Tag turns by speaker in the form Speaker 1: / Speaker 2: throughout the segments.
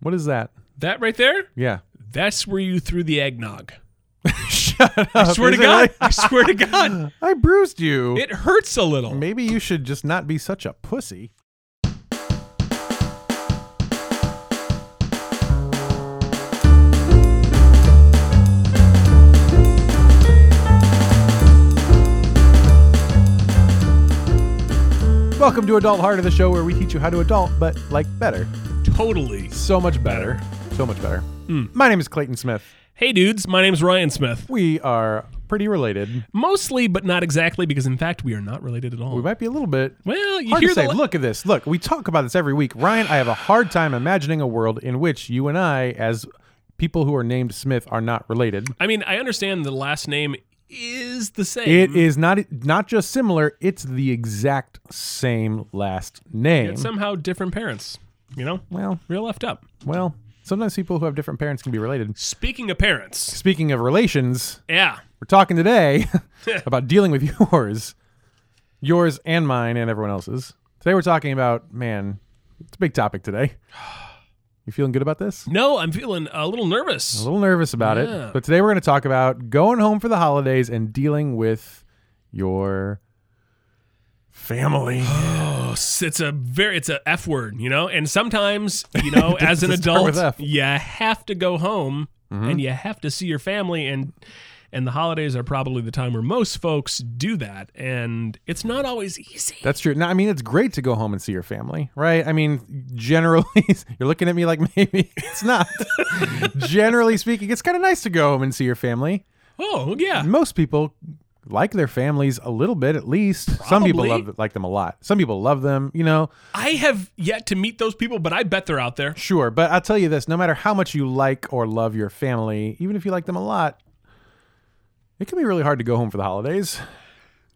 Speaker 1: What is that?
Speaker 2: That right there,
Speaker 1: Yeah.
Speaker 2: that's where you threw the eggnog.
Speaker 1: Shut up.
Speaker 2: I swear to
Speaker 1: Is it
Speaker 2: God.
Speaker 1: really?
Speaker 2: I swear to God.
Speaker 1: I bruised you.
Speaker 2: It hurts a little.
Speaker 1: Maybe you should just not be such a pussy. Welcome to Adult Heart of the Show, where we teach you how to adult, but like better.
Speaker 2: Totally.
Speaker 1: So much better. Hmm. So much better. My name is Clayton Smith.
Speaker 2: Hey, dudes. My name's Ryan Smith.
Speaker 1: We are pretty related.
Speaker 2: Mostly, but not exactly, because in fact, we are not related at all.
Speaker 1: We might be a little bit
Speaker 2: well, you
Speaker 1: Hard
Speaker 2: hear
Speaker 1: to say.
Speaker 2: the.
Speaker 1: Look at this. Look, we talk about this every week. Ryan, I have a hard time imagining a world in which you and I, as people who are named Smith, are not related.
Speaker 2: I mean, I understand the last name is the same.
Speaker 1: It is not not just similar; it's the exact same last name.
Speaker 2: Yet somehow different parents, you know?
Speaker 1: well,
Speaker 2: Real left up.
Speaker 1: well, sometimes people who have different parents can be related.
Speaker 2: Speaking of parents,
Speaker 1: Speaking of relations,
Speaker 2: yeah.
Speaker 1: we're talking today about dealing with yours, yours and mine and everyone else's. Today we're talking about man. It's a big topic today. You feeling good about this?
Speaker 2: No, I'm feeling a little nervous.
Speaker 1: A little nervous about
Speaker 2: Yeah.
Speaker 1: it. But today we're going to talk about going home for the holidays and dealing with your family.
Speaker 2: Oh, s- it's a very it's a f word, you know. And sometimes, you know, as an
Speaker 1: Does it start
Speaker 2: adult,
Speaker 1: with F? Mm-hmm.
Speaker 2: you have to go home and you have to see your family, and and the holidays are probably the time where most folks do that, and it's not always easy.
Speaker 1: That's true. Now, I mean, it's great to go home and see your family, right? I mean, generally, you're looking at me like maybe it's not. generally speaking, it's kind of nice to go home and see your family.
Speaker 2: Oh yeah,
Speaker 1: Most people like their families a little bit, at least. Some people
Speaker 2: Probably.
Speaker 1: love like them a lot. Some people love them, you know.
Speaker 2: I have yet to meet those people, but I bet they're out there.
Speaker 1: Sure, but I'll tell you this: no matter how much you like or love your family, even if you like them a lot, it can be really hard to go home for the holidays.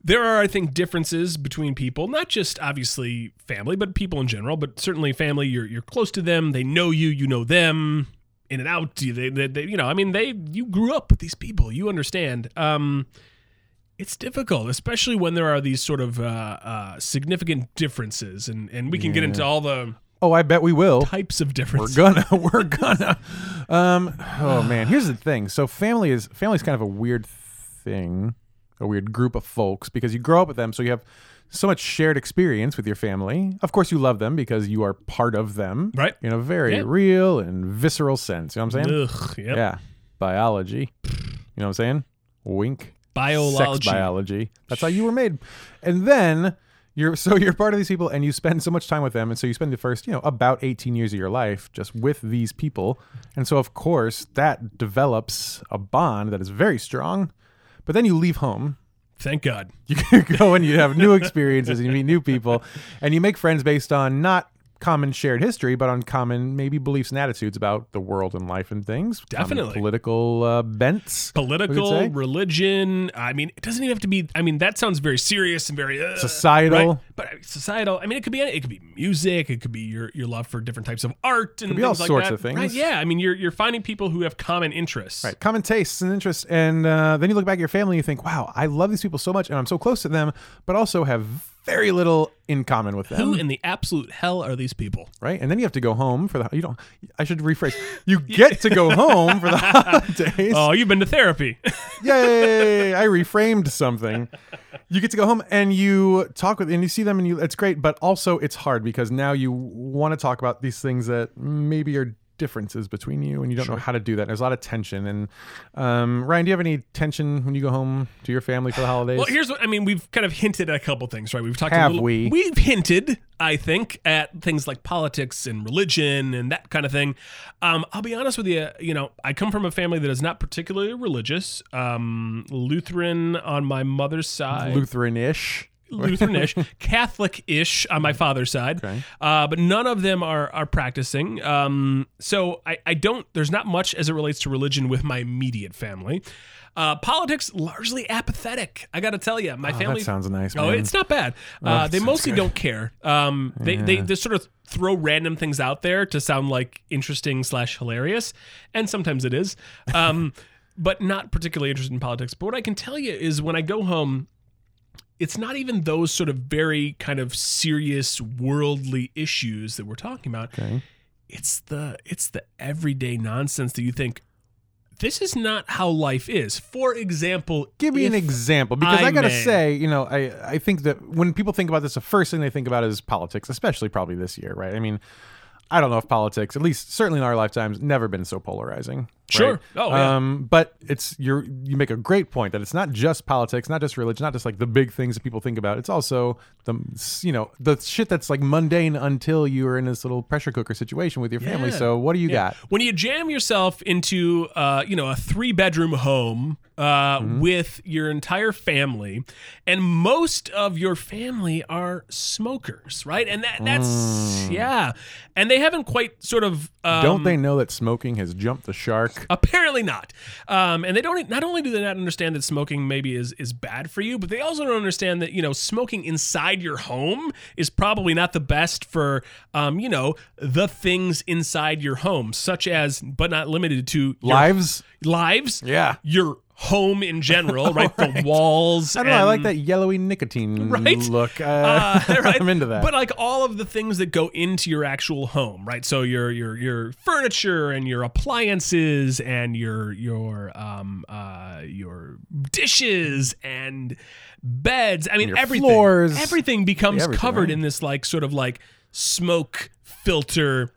Speaker 2: There are, I think, differences between people, not just obviously family, but people in general. But certainly, family, you're you're close to them. They know you. You know them in and out. You- They, they, they- you know, I mean, they you grew up with these people. You understand. Um, it's difficult, especially when there are these sort of uh, uh, significant differences, and and we can get into all the
Speaker 1: Oh, I bet we will.
Speaker 2: types of
Speaker 1: We're
Speaker 2: differences.
Speaker 1: gonna. We're gonna. Um. Oh man, here's the thing. So family is family's kind of a weird thing, a weird group of folks because you grow up with them, so you have so much shared experience with your family. Of course, you love them because you are part of them,
Speaker 2: Right.
Speaker 1: In a very
Speaker 2: Yeah.
Speaker 1: real and visceral sense. You know what I'm saying?
Speaker 2: Ugh, yep.
Speaker 1: Yeah. Biology. You know what I'm saying? Wink.
Speaker 2: Biology.
Speaker 1: Sex biology. That's how you were made. And then you're so you're part of these people and you spend so much time with them and so you spend the first, you know, about 18 years of your life just with these people. And so of course, that develops a bond that is very strong. But then you leave home
Speaker 2: Thank God.
Speaker 1: you go and you have new experiences and you meet new people and you make friends based on not common shared history but on common maybe beliefs and attitudes about the world and life and things common
Speaker 2: Definitely.
Speaker 1: political uh, bents
Speaker 2: Political,
Speaker 1: say?
Speaker 2: religion. I mean, it doesn't even have to be. I mean, that sounds very serious and very uh,
Speaker 1: societal
Speaker 2: Right? But I mean, societal. I mean, it could be any- it could be music. It could be your your love for different types of art and
Speaker 1: be
Speaker 2: things
Speaker 1: all
Speaker 2: like
Speaker 1: sorts
Speaker 2: that.
Speaker 1: of things.
Speaker 2: Right? Yeah. I mean, you're you're finding people who have common interests.
Speaker 1: Right, common tastes and interests, and uh, then you look back at your family and you think, "Wow, I love these people so much, and I'm so close to them, but also have very little in common with them."
Speaker 2: Who in the absolute hell are these people?
Speaker 1: Right, and then you have to go home for the you don't. I should rephrase. You get to go home for the holidays.
Speaker 2: Oh, you've been to therapy.
Speaker 1: Yay! I reframed something. You get to go home and you talk with and you see them and you it's great, but also it's hard because now you want to talk about these things that maybe are differences between you and you don't know how to do that. There's a lot of tension and um, Ryan, do you have any tension when you go home to your family for the holidays?
Speaker 2: well, here's what I mean. We've kind of hinted at a couple things, right? We've talked.
Speaker 1: Have
Speaker 2: a little,
Speaker 1: we?
Speaker 2: We've hinted, I think, at things like politics and religion and that kind of thing. Um, I'll be honest with you. You know, I come from a family that is not particularly religious. Um, Lutheran on my mother's side.
Speaker 1: Lutheran-ish.
Speaker 2: Lutheran-ish, Catholic-ish on my father's side, uh, but none of them are are practicing. Um, so I, I don't. There's not much as it relates to religion with my immediate family. Uh, politics largely apathetic. I got to tell you, my
Speaker 1: That
Speaker 2: family.
Speaker 1: sounds nice.
Speaker 2: Oh,
Speaker 1: man.
Speaker 2: it's not bad. Uh, they mostly don't care. Um, they, they they sort of throw random things out there to sound like interesting slash hilarious, and sometimes it is, um, but not particularly interested in politics. But what I can tell you is when I go home, it's not even those sort of very kind of serious worldly issues that we're talking about. it's the it's the everyday nonsense that you think this is not how life is. For example,
Speaker 1: Give me an
Speaker 2: if-
Speaker 1: example because I,
Speaker 2: I
Speaker 1: gotta
Speaker 2: may.
Speaker 1: say, you know, I I think that when people think about this, the first thing they think about is politics, especially probably this year, right? I mean, I don't know if politics, at least certainly in our lifetimes, never been so polarizing.
Speaker 2: Sure.
Speaker 1: right?
Speaker 2: Oh, yeah.
Speaker 1: Um, but it's you're you make a great point that it's not just politics, not just religion, not just like the big things that people think about. It's also the you know the shit that's like mundane until you are in this little pressure cooker situation with your family.
Speaker 2: Yeah.
Speaker 1: So what do you got?
Speaker 2: when you jam yourself into uh, you know a three bedroom home uh, with your entire family and most of your family are smokers right and that that's yeah and they haven't quite sort of um,
Speaker 1: Don't they know that smoking has jumped the shark?
Speaker 2: Apparently not. Um, and they don't. Not only do they not understand that smoking maybe is is bad for you, but they also don't understand that you know smoking inside your home is probably not the best for um, you know the things inside your home, such as but not limited to your
Speaker 1: Lives?
Speaker 2: lives.
Speaker 1: Yeah.
Speaker 2: Your home in general, right? The walls.
Speaker 1: I don't know. I like
Speaker 2: and-
Speaker 1: that yellowy nicotine
Speaker 2: Right?
Speaker 1: look. Uh,
Speaker 2: uh, right?
Speaker 1: I'm into that.
Speaker 2: But like all of the things that go into your actual home, right? So your your your furniture and your appliances and your your um uh your dishes and beds. I mean
Speaker 1: your
Speaker 2: everything.
Speaker 1: floors.
Speaker 2: Everything becomes
Speaker 1: Everything,
Speaker 2: covered
Speaker 1: right?
Speaker 2: in this like sort of like smoke filter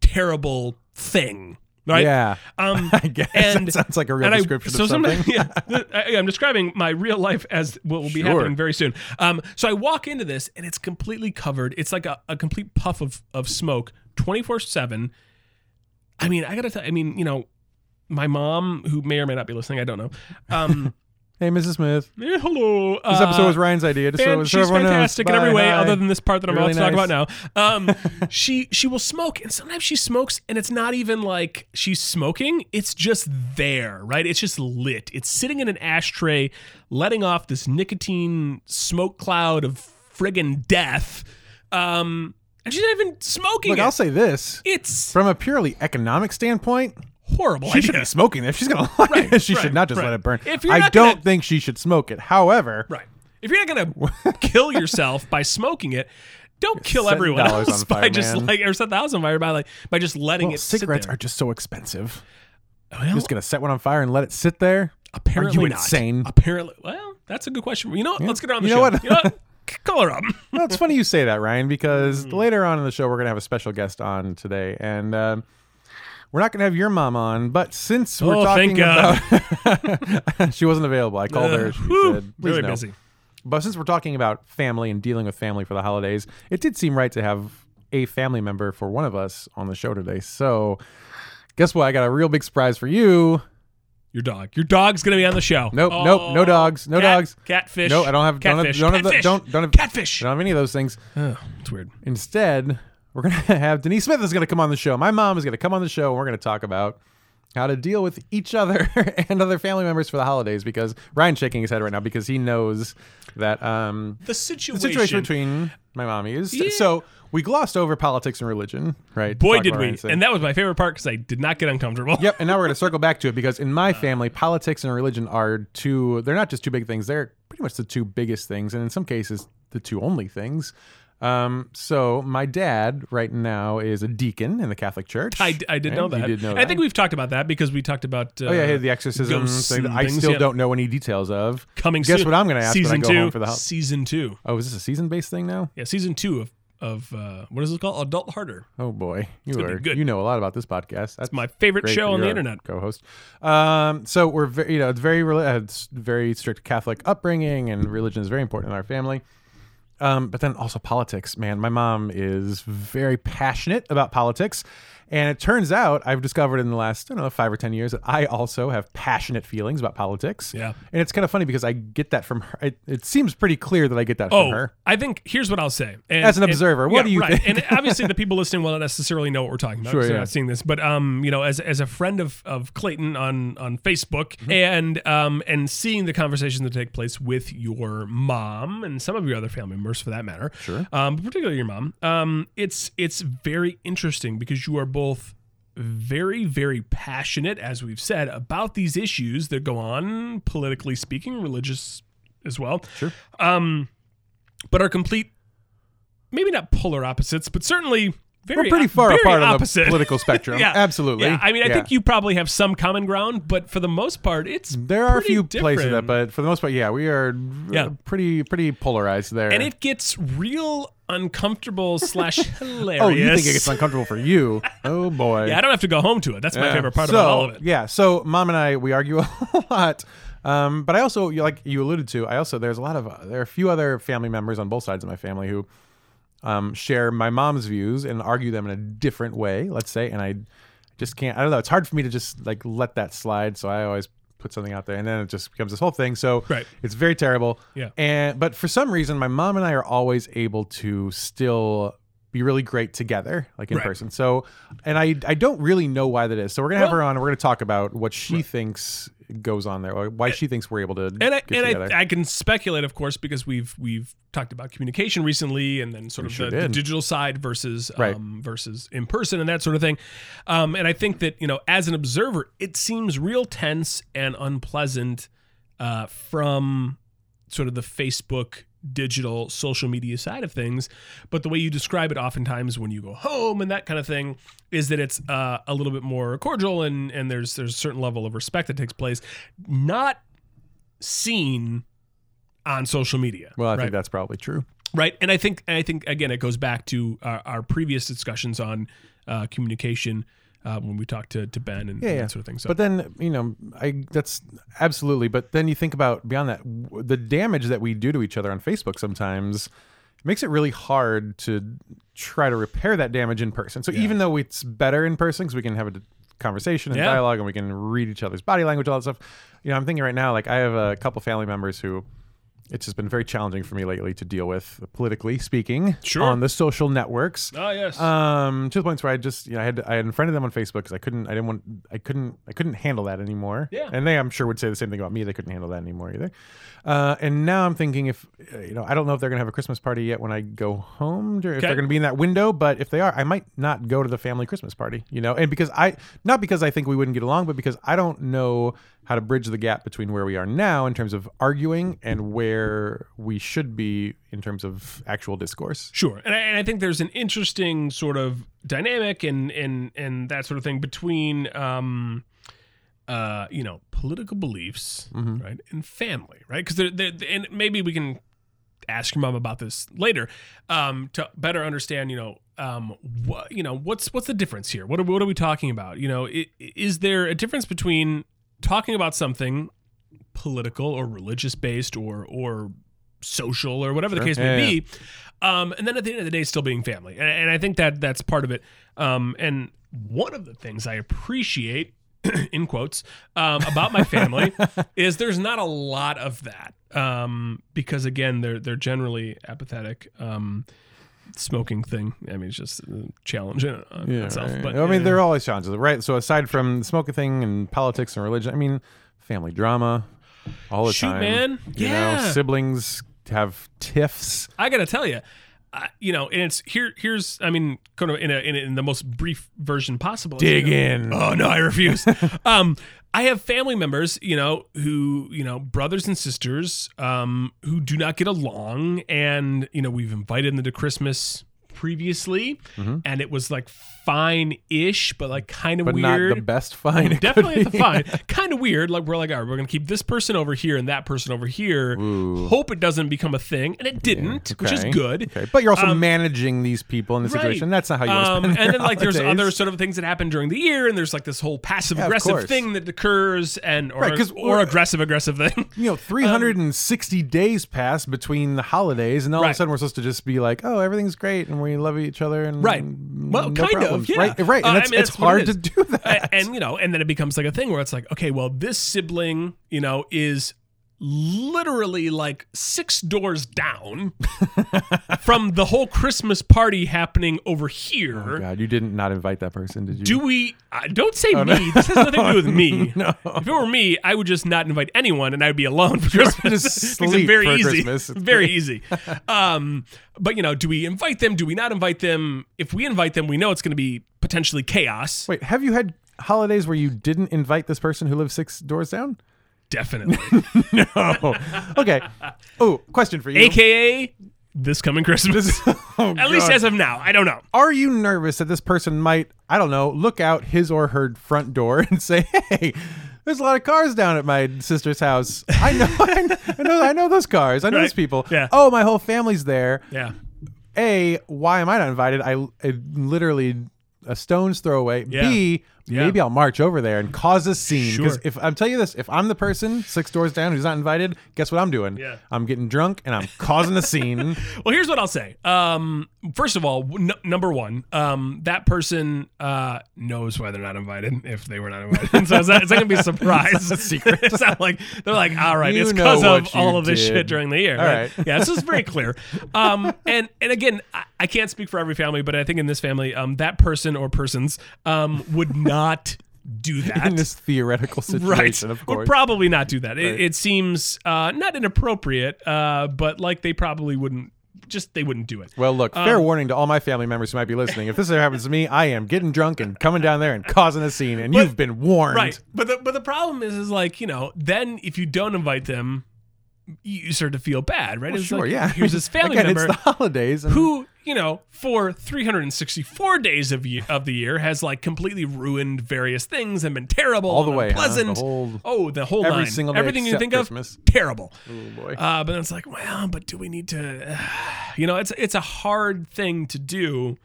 Speaker 2: terrible thing. Right?
Speaker 1: yeah,
Speaker 2: Um
Speaker 1: I guess
Speaker 2: And-
Speaker 1: that sounds like a real
Speaker 2: and I-
Speaker 1: description
Speaker 2: so
Speaker 1: of something.
Speaker 2: sometimes- yeah, I, am describing my real life as what will be
Speaker 1: Sure.
Speaker 2: happening very soon. Um, so I walk into this and it's completely covered. It's like a, a complete puff of of smoke, twenty four seven. I mean, I gotta. tell I mean, you know, my mom, who may or may not be listening, I don't know. Um,
Speaker 1: hey, Mrs. Smith.
Speaker 2: eh, hello.
Speaker 1: This episode was
Speaker 2: uh,
Speaker 1: Ryan's idea. Just so,
Speaker 2: fan-
Speaker 1: so
Speaker 2: she's
Speaker 1: everyone knows.
Speaker 2: fantastic in
Speaker 1: Bye,
Speaker 2: every way,
Speaker 1: hi.
Speaker 2: other than this part that I'm
Speaker 1: Really
Speaker 2: about to
Speaker 1: nice.
Speaker 2: talk about now. Um, she she will smoke, and sometimes she smokes, and it's not even like she's smoking; it's just there, right? It's just lit. It's sitting in an ashtray, letting off this nicotine smoke cloud of friggin' death, um, and she's not even smoking.
Speaker 1: Look,
Speaker 2: it.
Speaker 1: I'll say this
Speaker 2: it's
Speaker 1: from a purely economic standpoint.
Speaker 2: horrible.
Speaker 1: She
Speaker 2: idea.
Speaker 1: shouldn't be smoking it. If she's gonna light
Speaker 2: Right,
Speaker 1: it, she
Speaker 2: right,
Speaker 1: should not just
Speaker 2: right.
Speaker 1: let it burn.
Speaker 2: If you're
Speaker 1: I
Speaker 2: not
Speaker 1: don't
Speaker 2: gonna-
Speaker 1: think she should smoke it. However,
Speaker 2: Right. If you're not gonna kill yourself by smoking it, don't kill
Speaker 1: setting
Speaker 2: everyone
Speaker 1: dollars
Speaker 2: else
Speaker 1: on fire,
Speaker 2: by just
Speaker 1: man.
Speaker 2: like or set the house on fire by like by just letting
Speaker 1: well,
Speaker 2: it
Speaker 1: oh, cigarettes are
Speaker 2: sit
Speaker 1: just so expensive.
Speaker 2: there. Well,
Speaker 1: You're just gonna set one on fire and let it sit there.
Speaker 2: apparently not.
Speaker 1: insane?
Speaker 2: Apparently, well, that's a good question. You know, what? let's get her on the
Speaker 1: You
Speaker 2: show.
Speaker 1: know what?
Speaker 2: You know what? Call her up.
Speaker 1: well, it's funny you say that, Ryan, because
Speaker 2: Mm.
Speaker 1: later on in the show we're gonna have a special guest on today, and um we're not gonna have your mom on. But since we're
Speaker 2: Oh,
Speaker 1: talking
Speaker 2: thank God.
Speaker 1: about, she wasn't available. I called her. She
Speaker 2: Whew,
Speaker 1: said, "Please
Speaker 2: very
Speaker 1: no."
Speaker 2: busy.
Speaker 1: But since we're talking about family and dealing with family for the holidays, it did seem right to have a family member for one of us on the show today. So, guess what? I got a real big surprise for you.
Speaker 2: Your dog. Your dog's gonna be on the show. Oh.
Speaker 1: Nope, nope, no dogs, no
Speaker 2: Cat-
Speaker 1: dogs.
Speaker 2: Catfish.
Speaker 1: No, I don't have- don't have-
Speaker 2: Catfish.
Speaker 1: don't have the-
Speaker 2: Catfish.
Speaker 1: don't- don't have- I
Speaker 2: catfish.
Speaker 1: don't have any of those things.
Speaker 2: Oh, it's weird.
Speaker 1: Instead, we're going to have Denise Smith is going to come on the show. My mom is going to come on the show and we're going to talk about how to deal with each other and other family members for the holidays because Ryan's shaking his head right now because he knows that um
Speaker 2: The situation.
Speaker 1: the situation between my mommy is
Speaker 2: Yeah.
Speaker 1: so we glossed over politics and religion, right? to
Speaker 2: Boy,
Speaker 1: talk
Speaker 2: did
Speaker 1: about
Speaker 2: we!
Speaker 1: Ryan's thing.
Speaker 2: And that was my favorite part because I did not get uncomfortable.
Speaker 1: Yep, and now we're going to circle back to it because in my family, politics and religion are two, they're not just two big things, they're pretty much the two biggest things, and in some cases, the two only things. Um, so my dad right now is a deacon in the Catholic Church.
Speaker 2: I, uh, I did
Speaker 1: Right?
Speaker 2: know that.
Speaker 1: You did know
Speaker 2: I
Speaker 1: that.
Speaker 2: think we've talked about that because we talked about. Uh,
Speaker 1: Oh yeah, hey, the exorcism
Speaker 2: ghosts
Speaker 1: thing that
Speaker 2: and
Speaker 1: I
Speaker 2: things,
Speaker 1: still
Speaker 2: yeah.
Speaker 1: don't know any details of.
Speaker 2: coming.
Speaker 1: Guess
Speaker 2: soon.
Speaker 1: what I'm going to ask when
Speaker 2: season
Speaker 1: I go
Speaker 2: two,
Speaker 1: home for the house.
Speaker 2: season two.
Speaker 1: Oh, is this a season-based thing now?
Speaker 2: Yeah, season two of of uh, what is it called? Adult Harder.
Speaker 1: Oh boy, you
Speaker 2: gonna be
Speaker 1: are
Speaker 2: good.
Speaker 1: you know a lot about this podcast. That's
Speaker 2: It's my favorite
Speaker 1: great
Speaker 2: show
Speaker 1: that
Speaker 2: on the
Speaker 1: you're our
Speaker 2: internet.
Speaker 1: co-host. Um, so we're very, you know, it's very, reli- uh, it's very strict Catholic upbringing, and religion is very important in our family. Um, but then also politics, man. My mom is very passionate about politics, and it turns out I've discovered in the last I don't know five or ten years that I also have passionate feelings about politics.
Speaker 2: Yeah.
Speaker 1: and it's kind of funny because I get that from her. It, it seems pretty clear that I get that from
Speaker 2: Oh,
Speaker 1: her.
Speaker 2: I think here's what I'll say. And,
Speaker 1: As an
Speaker 2: and-
Speaker 1: observer, what
Speaker 2: yeah,
Speaker 1: do you
Speaker 2: right.
Speaker 1: think?
Speaker 2: and obviously, the people listening will not necessarily know what we're talking about.
Speaker 1: Sure,
Speaker 2: because they're
Speaker 1: yeah.
Speaker 2: not seeing this, but um, you know, as as a friend of of Clayton on on Facebook,
Speaker 1: Mm-hmm.
Speaker 2: and um, and seeing the conversations that take place with your mom and some of your other family members, for that matter,
Speaker 1: Sure.
Speaker 2: um, but particularly your mom, um, it's it's very interesting because you are both very very passionate as we've said about these issues that go on politically speaking religious as well
Speaker 1: Sure.
Speaker 2: um but are complete maybe not polar opposites but certainly very
Speaker 1: We're pretty far
Speaker 2: very
Speaker 1: apart on
Speaker 2: opposite.
Speaker 1: the political spectrum.
Speaker 2: yeah,
Speaker 1: Absolutely.
Speaker 2: Yeah, I mean, I
Speaker 1: Yeah.
Speaker 2: think you probably have some common ground, but for the most part, it's
Speaker 1: There are a
Speaker 2: pretty
Speaker 1: few places that,
Speaker 2: different.
Speaker 1: but for the most part, yeah, we are
Speaker 2: Yeah.
Speaker 1: yeah. pretty pretty polarized there.
Speaker 2: and it gets real uncomfortable slash hilarious.
Speaker 1: oh, you think it gets uncomfortable for you? Oh boy.
Speaker 2: yeah, I don't have to go home to it. That's my
Speaker 1: Yeah.
Speaker 2: favorite part
Speaker 1: so,
Speaker 2: about all of it.
Speaker 1: Yeah. So mom and I we argue a lot. Um, but I also you- like you alluded to. I also there's a lot of uh, there are a few other family members on both sides of my family who um, share my mom's views and argue them in a different way. Let's say, and I just can't. I don't know. It's hard for me to just like let that slide. So I always put something out there, and then it just becomes this whole thing. So
Speaker 2: Right.
Speaker 1: it's very terrible.
Speaker 2: Yeah.
Speaker 1: And but for some reason, my mom and I are always able to still be really great together, like in
Speaker 2: Right.
Speaker 1: person. So, and I I don't really know why that is. So we're gonna have her on. and We're gonna talk about what she thinks goes on there, or why she thinks we're able to
Speaker 2: And I
Speaker 1: get together.
Speaker 2: and I, I can speculate, of course, because we've we've talked about communication recently, and then sort of
Speaker 1: sure
Speaker 2: the, the
Speaker 1: did.
Speaker 2: digital side versus
Speaker 1: Right.
Speaker 2: um, versus in person and that sort of thing. Um, and I think that you know, as an observer, it seems real tense and unpleasant uh, from sort of the Facebook digital social media side of things but the way you describe it oftentimes when you go home and that kind of thing is that it's uh, a little bit more cordial and and there's there's a certain level of respect that takes place not seen on social media
Speaker 1: well, I
Speaker 2: right?
Speaker 1: think that's probably true.
Speaker 2: right and i think and i think again it goes back to our, our previous discussions on uh, communication uh, when we talked to, to ben and,
Speaker 1: Yeah,
Speaker 2: and
Speaker 1: yeah.
Speaker 2: that sort of thing so
Speaker 1: But then you know, I that's absolutely. But then you think about beyond that, w- the damage that we do to each other on Facebook sometimes makes it really hard to try to repair that damage in person. So even though it's better in person because we can have a d- conversation and
Speaker 2: Yeah.
Speaker 1: dialogue and we can read each other's body language, all that stuff. You know, I'm thinking right now, like I have a couple family members who. It's just been very challenging for me lately to deal with politically speaking
Speaker 2: Sure.
Speaker 1: on the social networks.
Speaker 2: oh yes
Speaker 1: Um, to the points where I just, you know, I had I had unfriended them on Facebook because I couldn't, I didn't want, I couldn't, I couldn't handle that anymore.
Speaker 2: Yeah.
Speaker 1: And they, I'm sure, would say the same thing about me. They couldn't handle that anymore either. Uh, and now I'm thinking if, uh, you know, I don't know if they're gonna have a Christmas party yet when I go home, or if
Speaker 2: Okay.
Speaker 1: they're gonna be in that window. But if they are, I might not go to the family Christmas party. You know, and because I, not because I think we wouldn't get along, but because I don't know how to bridge the gap between where we are now in terms of arguing and where we should be in terms of actual discourse.
Speaker 2: Sure, and I, and I think there's an interesting sort of dynamic and and and that sort of thing between, um, uh, you know, political beliefs,
Speaker 1: Mm-hmm.
Speaker 2: right, and family, right? Because they're, they're and maybe we can ask your mom about this later um, to better understand, you know, um, what you know, what's what's the difference here? What are what are we talking about? You know, i- is there a difference between talking about something political or religious based or or social or whatever the
Speaker 1: Sure.
Speaker 2: case may
Speaker 1: Yeah,
Speaker 2: be um, and then at the end of the day still being family and, and i think that that's part of it um, and one of the things i appreciate in quotes um, about my family is there's not a lot of that um, because again they're they're generally apathetic um, smoking thing i mean it's just a challenge in on itself
Speaker 1: right.
Speaker 2: but
Speaker 1: I mean,
Speaker 2: yeah.
Speaker 1: there are always challenges, right? So aside from the smoking thing and politics and religion, I mean, family drama all the
Speaker 2: Shoot,
Speaker 1: time.
Speaker 2: man.
Speaker 1: You
Speaker 2: Yeah.
Speaker 1: know, siblings have tiffs.
Speaker 2: I gotta tell you, I, you know, and it's here. Here's, I mean, kind of in a, in, a, in the most brief version possible.
Speaker 1: Dig
Speaker 2: You know,
Speaker 1: in.
Speaker 2: Oh no, I refuse. um, I have family members, you know, who you know, brothers and sisters, um, who do not get along, and you know, we've invited them to Christmas previously, and it was like fine-ish, but like kind of
Speaker 1: Mm-hmm. but
Speaker 2: weird
Speaker 1: not the best fine. it could
Speaker 2: definitely at
Speaker 1: be.
Speaker 2: the fine. kind of weird. Like we're like, all right, we're gonna keep this person over here and that person over here. Hope it doesn't become a thing, and it didn't, which is
Speaker 1: Okay.
Speaker 2: good.
Speaker 1: Okay. But you're also managing these people in this situation. That's not how you want to
Speaker 2: Um,
Speaker 1: spend
Speaker 2: and then
Speaker 1: your
Speaker 2: like there's
Speaker 1: holidays.
Speaker 2: other sort of things that happen during the year, and there's like this whole passive
Speaker 1: of
Speaker 2: aggressive
Speaker 1: course.
Speaker 2: thing that occurs, and or
Speaker 1: Right, 'cause
Speaker 2: or
Speaker 1: we're-
Speaker 2: aggressive aggressive thing.
Speaker 1: you know, 360 days pass between the holidays, and all of
Speaker 2: Right.
Speaker 1: a sudden we're supposed to just be like, "Oh, everything's great, and we love each other." And
Speaker 2: Right.
Speaker 1: mm,
Speaker 2: Well,
Speaker 1: no
Speaker 2: kind
Speaker 1: problems."
Speaker 2: of. Yeah.
Speaker 1: Right. Right.
Speaker 2: Uh, I
Speaker 1: And that's,
Speaker 2: mean,
Speaker 1: it's
Speaker 2: that's what
Speaker 1: hard
Speaker 2: it
Speaker 1: to
Speaker 2: is.
Speaker 1: do that.
Speaker 2: A- and you know, and then it becomes like a thing where it's like, okay, well, this sibling, you know, is literally like six doors down from the whole Christmas party happening over here.
Speaker 1: Oh God, you didn't not invite that person, did you?
Speaker 2: Do we? Uh, don't say
Speaker 1: Oh,
Speaker 2: me. This has nothing to do with me. If it were me, I would just not invite anyone, and I would be alone for Christmas.
Speaker 1: Just
Speaker 2: Things are
Speaker 1: sleep
Speaker 2: very
Speaker 1: for
Speaker 2: easy.
Speaker 1: Christmas. It's
Speaker 2: very easy. Um, but you know, do we invite them? Do we not invite them? If we invite them, we know it's going to be potentially chaos.
Speaker 1: Wait, have you had holidays where you didn't invite this person who lives six doors down?
Speaker 2: Definitely.
Speaker 1: No. okay. Oh, question for you.
Speaker 2: AKA this coming Christmas.
Speaker 1: Oh,
Speaker 2: At least
Speaker 1: God.
Speaker 2: as of now. I don't know.
Speaker 1: Are you nervous that this person might, I don't know, look out his or her front door and say, "Hey, there's a lot of cars down at my sister's house. I know, I know, I know, I know those cars. I know those
Speaker 2: Right.
Speaker 1: people.
Speaker 2: Yeah.
Speaker 1: Oh, my whole family's there.
Speaker 2: Yeah.
Speaker 1: A, why am I not invited? I, I literally a stone's throw away.
Speaker 2: Yeah.
Speaker 1: B,
Speaker 2: Yeah.
Speaker 1: maybe I'll march over there and cause a scene.
Speaker 2: Sure.
Speaker 1: if I'm telling you this, if I'm the person six doors down who's not invited, guess what I'm doing?
Speaker 2: Yeah.
Speaker 1: I'm getting drunk and I'm causing a scene.
Speaker 2: Well, here's what I'll say. Um, first of all, n- number one, um, that person uh, knows why they're not invited if they were not invited. so it's not, it's not gonna be a surprise. it's not secret. it's not like they're like, all right,
Speaker 1: You
Speaker 2: it's
Speaker 1: know
Speaker 2: because of
Speaker 1: what you
Speaker 2: all of this
Speaker 1: did.
Speaker 2: shit during the year.
Speaker 1: All right.
Speaker 2: yeah, this is very clear. Um, and and again, I, I can't speak for every family, but I think in this family, um, that person or persons um would not do that.
Speaker 1: in this theoretical situation,
Speaker 2: right.
Speaker 1: of
Speaker 2: Would
Speaker 1: course.
Speaker 2: probably not do that. It, it seems uh, not inappropriate, uh, but like they probably wouldn't. Just they wouldn't do it.
Speaker 1: Well, look,
Speaker 2: Um,
Speaker 1: fair warning to all my family members who might be listening. If this ever happens to me, I am getting drunk and coming down there and causing a scene, and you've been warned.
Speaker 2: Right. But the but the problem is is like, you know, then if you don't invite them, you start to feel bad, right?
Speaker 1: Well,
Speaker 2: It's
Speaker 1: sure,
Speaker 2: like,
Speaker 1: yeah.
Speaker 2: Here's this family
Speaker 1: Again,
Speaker 2: member
Speaker 1: it's the holidays. And
Speaker 2: who, you know, for 364 days of ye- of the year has like completely ruined various things and been terrible,
Speaker 1: All the
Speaker 2: and
Speaker 1: way, huh? The
Speaker 2: unpleasant.
Speaker 1: whole-
Speaker 2: oh, the whole
Speaker 1: every
Speaker 2: nine.
Speaker 1: single day
Speaker 2: everything you
Speaker 1: except
Speaker 2: think
Speaker 1: Christmas.
Speaker 2: of, terrible.
Speaker 1: Oh, boy.
Speaker 2: Uh, but then it's like, well, but do we need to? you know, it's it's a hard thing to do,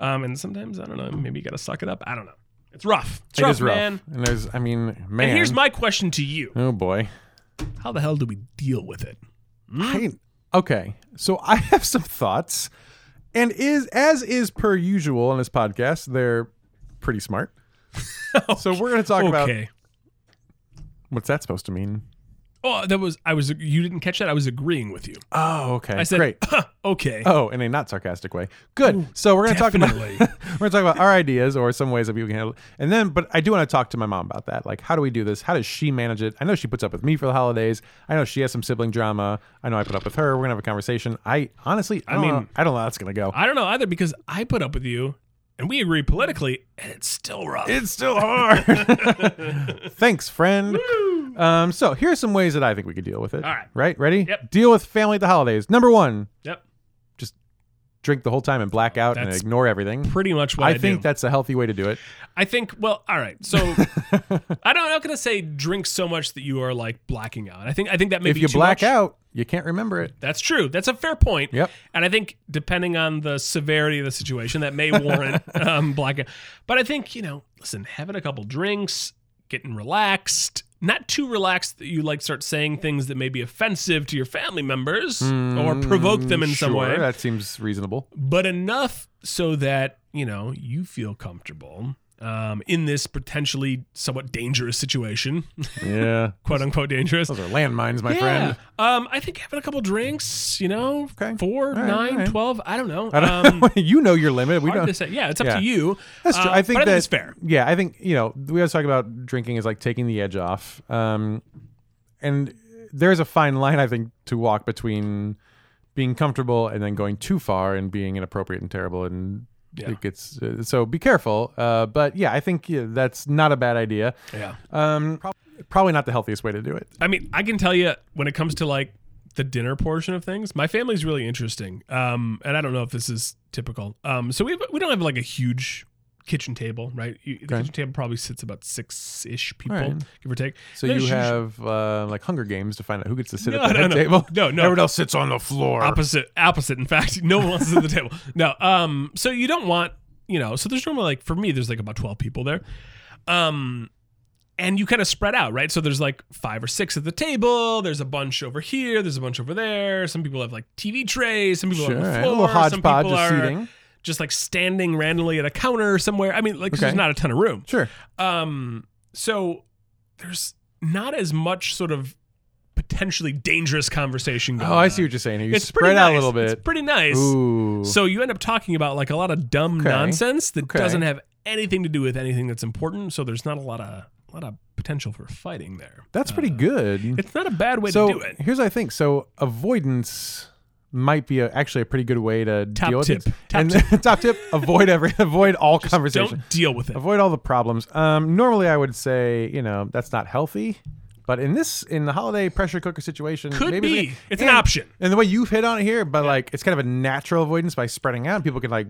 Speaker 2: um, and sometimes I don't know. Maybe you got to suck it up. I don't know. It's rough. It's
Speaker 1: It
Speaker 2: rough,
Speaker 1: is rough.
Speaker 2: man.
Speaker 1: And there's, I mean, man.
Speaker 2: And here's my question to you:
Speaker 1: oh boy.
Speaker 2: How the hell do we deal with it?
Speaker 1: I, okay, so I have some thoughts, and is as is per usual on this podcast, they're pretty smart. So we're going to talk about
Speaker 2: okay.
Speaker 1: what's that supposed to mean?
Speaker 2: Oh, that was I was you didn't catch that. I was agreeing with you.
Speaker 1: Oh, okay.
Speaker 2: I said
Speaker 1: Great.
Speaker 2: okay.
Speaker 1: Oh, in a not sarcastic way. Good. so we're going to talk about
Speaker 2: definitely.
Speaker 1: we're going to talk about our ideas or some ways that we can handle. it. And then, but I do want to talk to my mom about that. Like, how do we do this? How does she manage it? I know she puts up with me for the holidays. I know she has some sibling drama. I know I put up with her. We're gonna have a conversation. I honestly, I, mean,
Speaker 2: mean-
Speaker 1: I don't know how that's gonna go.
Speaker 2: I don't know either because I put up with you and we agree politically, and it's still rough.
Speaker 1: It's still hard. Thanks, friend. Um, so here's some ways that I think we could deal with it.
Speaker 2: All right.
Speaker 1: Right? Ready?
Speaker 2: Yep.
Speaker 1: Deal with family at the holidays. Number one,
Speaker 2: yep.
Speaker 1: drink the whole time and black out and
Speaker 2: That's
Speaker 1: ignore everything.
Speaker 2: Pretty much what I,
Speaker 1: I think
Speaker 2: do.
Speaker 1: that's a healthy way to do it.
Speaker 2: I think. Well, all right. So I don't. I'm not gonna say drink so much that you are like blacking out. I think. I think that may
Speaker 1: if
Speaker 2: be
Speaker 1: you
Speaker 2: too
Speaker 1: black
Speaker 2: much.
Speaker 1: out, you can't remember it.
Speaker 2: That's true. That's a fair point.
Speaker 1: Yep.
Speaker 2: And I think depending on the severity of the situation, that may warrant um, blackout. But I think you know, listen, having a couple drinks, getting relaxed, not too relaxed that you like start saying things that may be offensive to your family members or provoke them in some
Speaker 1: Mm, Sure,
Speaker 2: way,
Speaker 1: That seems reasonable.
Speaker 2: but enough so that you know you feel comfortable. Um, in this potentially somewhat dangerous situation,
Speaker 1: Yeah.
Speaker 2: quote unquote dangerous,
Speaker 1: Those are landmines, my friend.
Speaker 2: um, I think having a couple drinks, you know,
Speaker 1: Okay.
Speaker 2: four,
Speaker 1: All right,
Speaker 2: nine,
Speaker 1: all right.
Speaker 2: 12, I don't know.
Speaker 1: I don't-
Speaker 2: um,
Speaker 1: you know your limit. We
Speaker 2: hard
Speaker 1: don't.
Speaker 2: to say. Yeah, it's up
Speaker 1: yeah.
Speaker 2: to you.
Speaker 1: That's true.
Speaker 2: Um,
Speaker 1: I think
Speaker 2: but
Speaker 1: that
Speaker 2: it's fair.
Speaker 1: Yeah, I think you know we always talk about drinking is like taking the edge off, um, and there's a fine line I think to walk between being comfortable and then going too far and being inappropriate and terrible and
Speaker 2: Yeah.
Speaker 1: it gets uh, so be careful. Uh, but yeah, I think yeah, that's not a bad idea.
Speaker 2: Yeah.
Speaker 1: Um, prob- probably not the healthiest way to do it.
Speaker 2: I mean, I can tell you when it comes to like the dinner portion of things, my family's really interesting. Um, and I don't know if this is typical. Um, so we have, we don't have like a huge kitchen table, right? You, the
Speaker 1: Okay.
Speaker 2: kitchen table probably sits about six ish people,
Speaker 1: All right.
Speaker 2: give or take.
Speaker 1: So
Speaker 2: There's
Speaker 1: you
Speaker 2: usually-
Speaker 1: have uh, like Hunger Games to find out who gets to sit
Speaker 2: No,
Speaker 1: at the
Speaker 2: no,
Speaker 1: head
Speaker 2: no.
Speaker 1: table.
Speaker 2: No, no.
Speaker 1: Everyone else sits on the floor.
Speaker 2: opposite opposite in fact no one wants to the table no um so you don't want you know so there's normally like for me there's like about 12 people there um and you kind of spread out right so there's like five or six at the table there's a bunch over here there's a bunch over there some people have like tv trays some people
Speaker 1: Sure,
Speaker 2: are on the
Speaker 1: right.
Speaker 2: floor
Speaker 1: a little
Speaker 2: some
Speaker 1: hodgepodge
Speaker 2: people
Speaker 1: of
Speaker 2: are
Speaker 1: seating.
Speaker 2: just like standing randomly at a counter somewhere i mean like 'cause
Speaker 1: Okay.
Speaker 2: there's not a ton of room
Speaker 1: Sure.
Speaker 2: um, so there's not as much sort of potentially dangerous conversation going
Speaker 1: Oh, I see
Speaker 2: on.
Speaker 1: what you're saying. here. You
Speaker 2: it's pretty
Speaker 1: spread out
Speaker 2: nice.
Speaker 1: a little
Speaker 2: It's
Speaker 1: bit.
Speaker 2: pretty nice.
Speaker 1: Ooh.
Speaker 2: So you end up talking about like a lot of dumb
Speaker 1: Okay.
Speaker 2: nonsense that
Speaker 1: Okay.
Speaker 2: doesn't have anything to do with anything that's important. So there's not a lot of a lot of potential for fighting there.
Speaker 1: That's
Speaker 2: Uh,
Speaker 1: pretty good.
Speaker 2: It's not a bad way
Speaker 1: So
Speaker 2: to do it.
Speaker 1: here's what I think. So avoidance might be a, actually a pretty good way to
Speaker 2: Top
Speaker 1: deal
Speaker 2: tip.
Speaker 1: with it.
Speaker 2: Top
Speaker 1: and top tip: avoid every, avoid all conversation.
Speaker 2: Don't deal with it.
Speaker 1: Avoid all the problems. Um, normally, I would say you know that's not healthy. But in this, in the holiday pressure cooker situation,
Speaker 2: Could
Speaker 1: maybe
Speaker 2: be.
Speaker 1: it's, like-
Speaker 2: It's an
Speaker 1: and-
Speaker 2: option.
Speaker 1: And the way you've hit on it here, but like it's kind of a natural avoidance by spreading out. People can like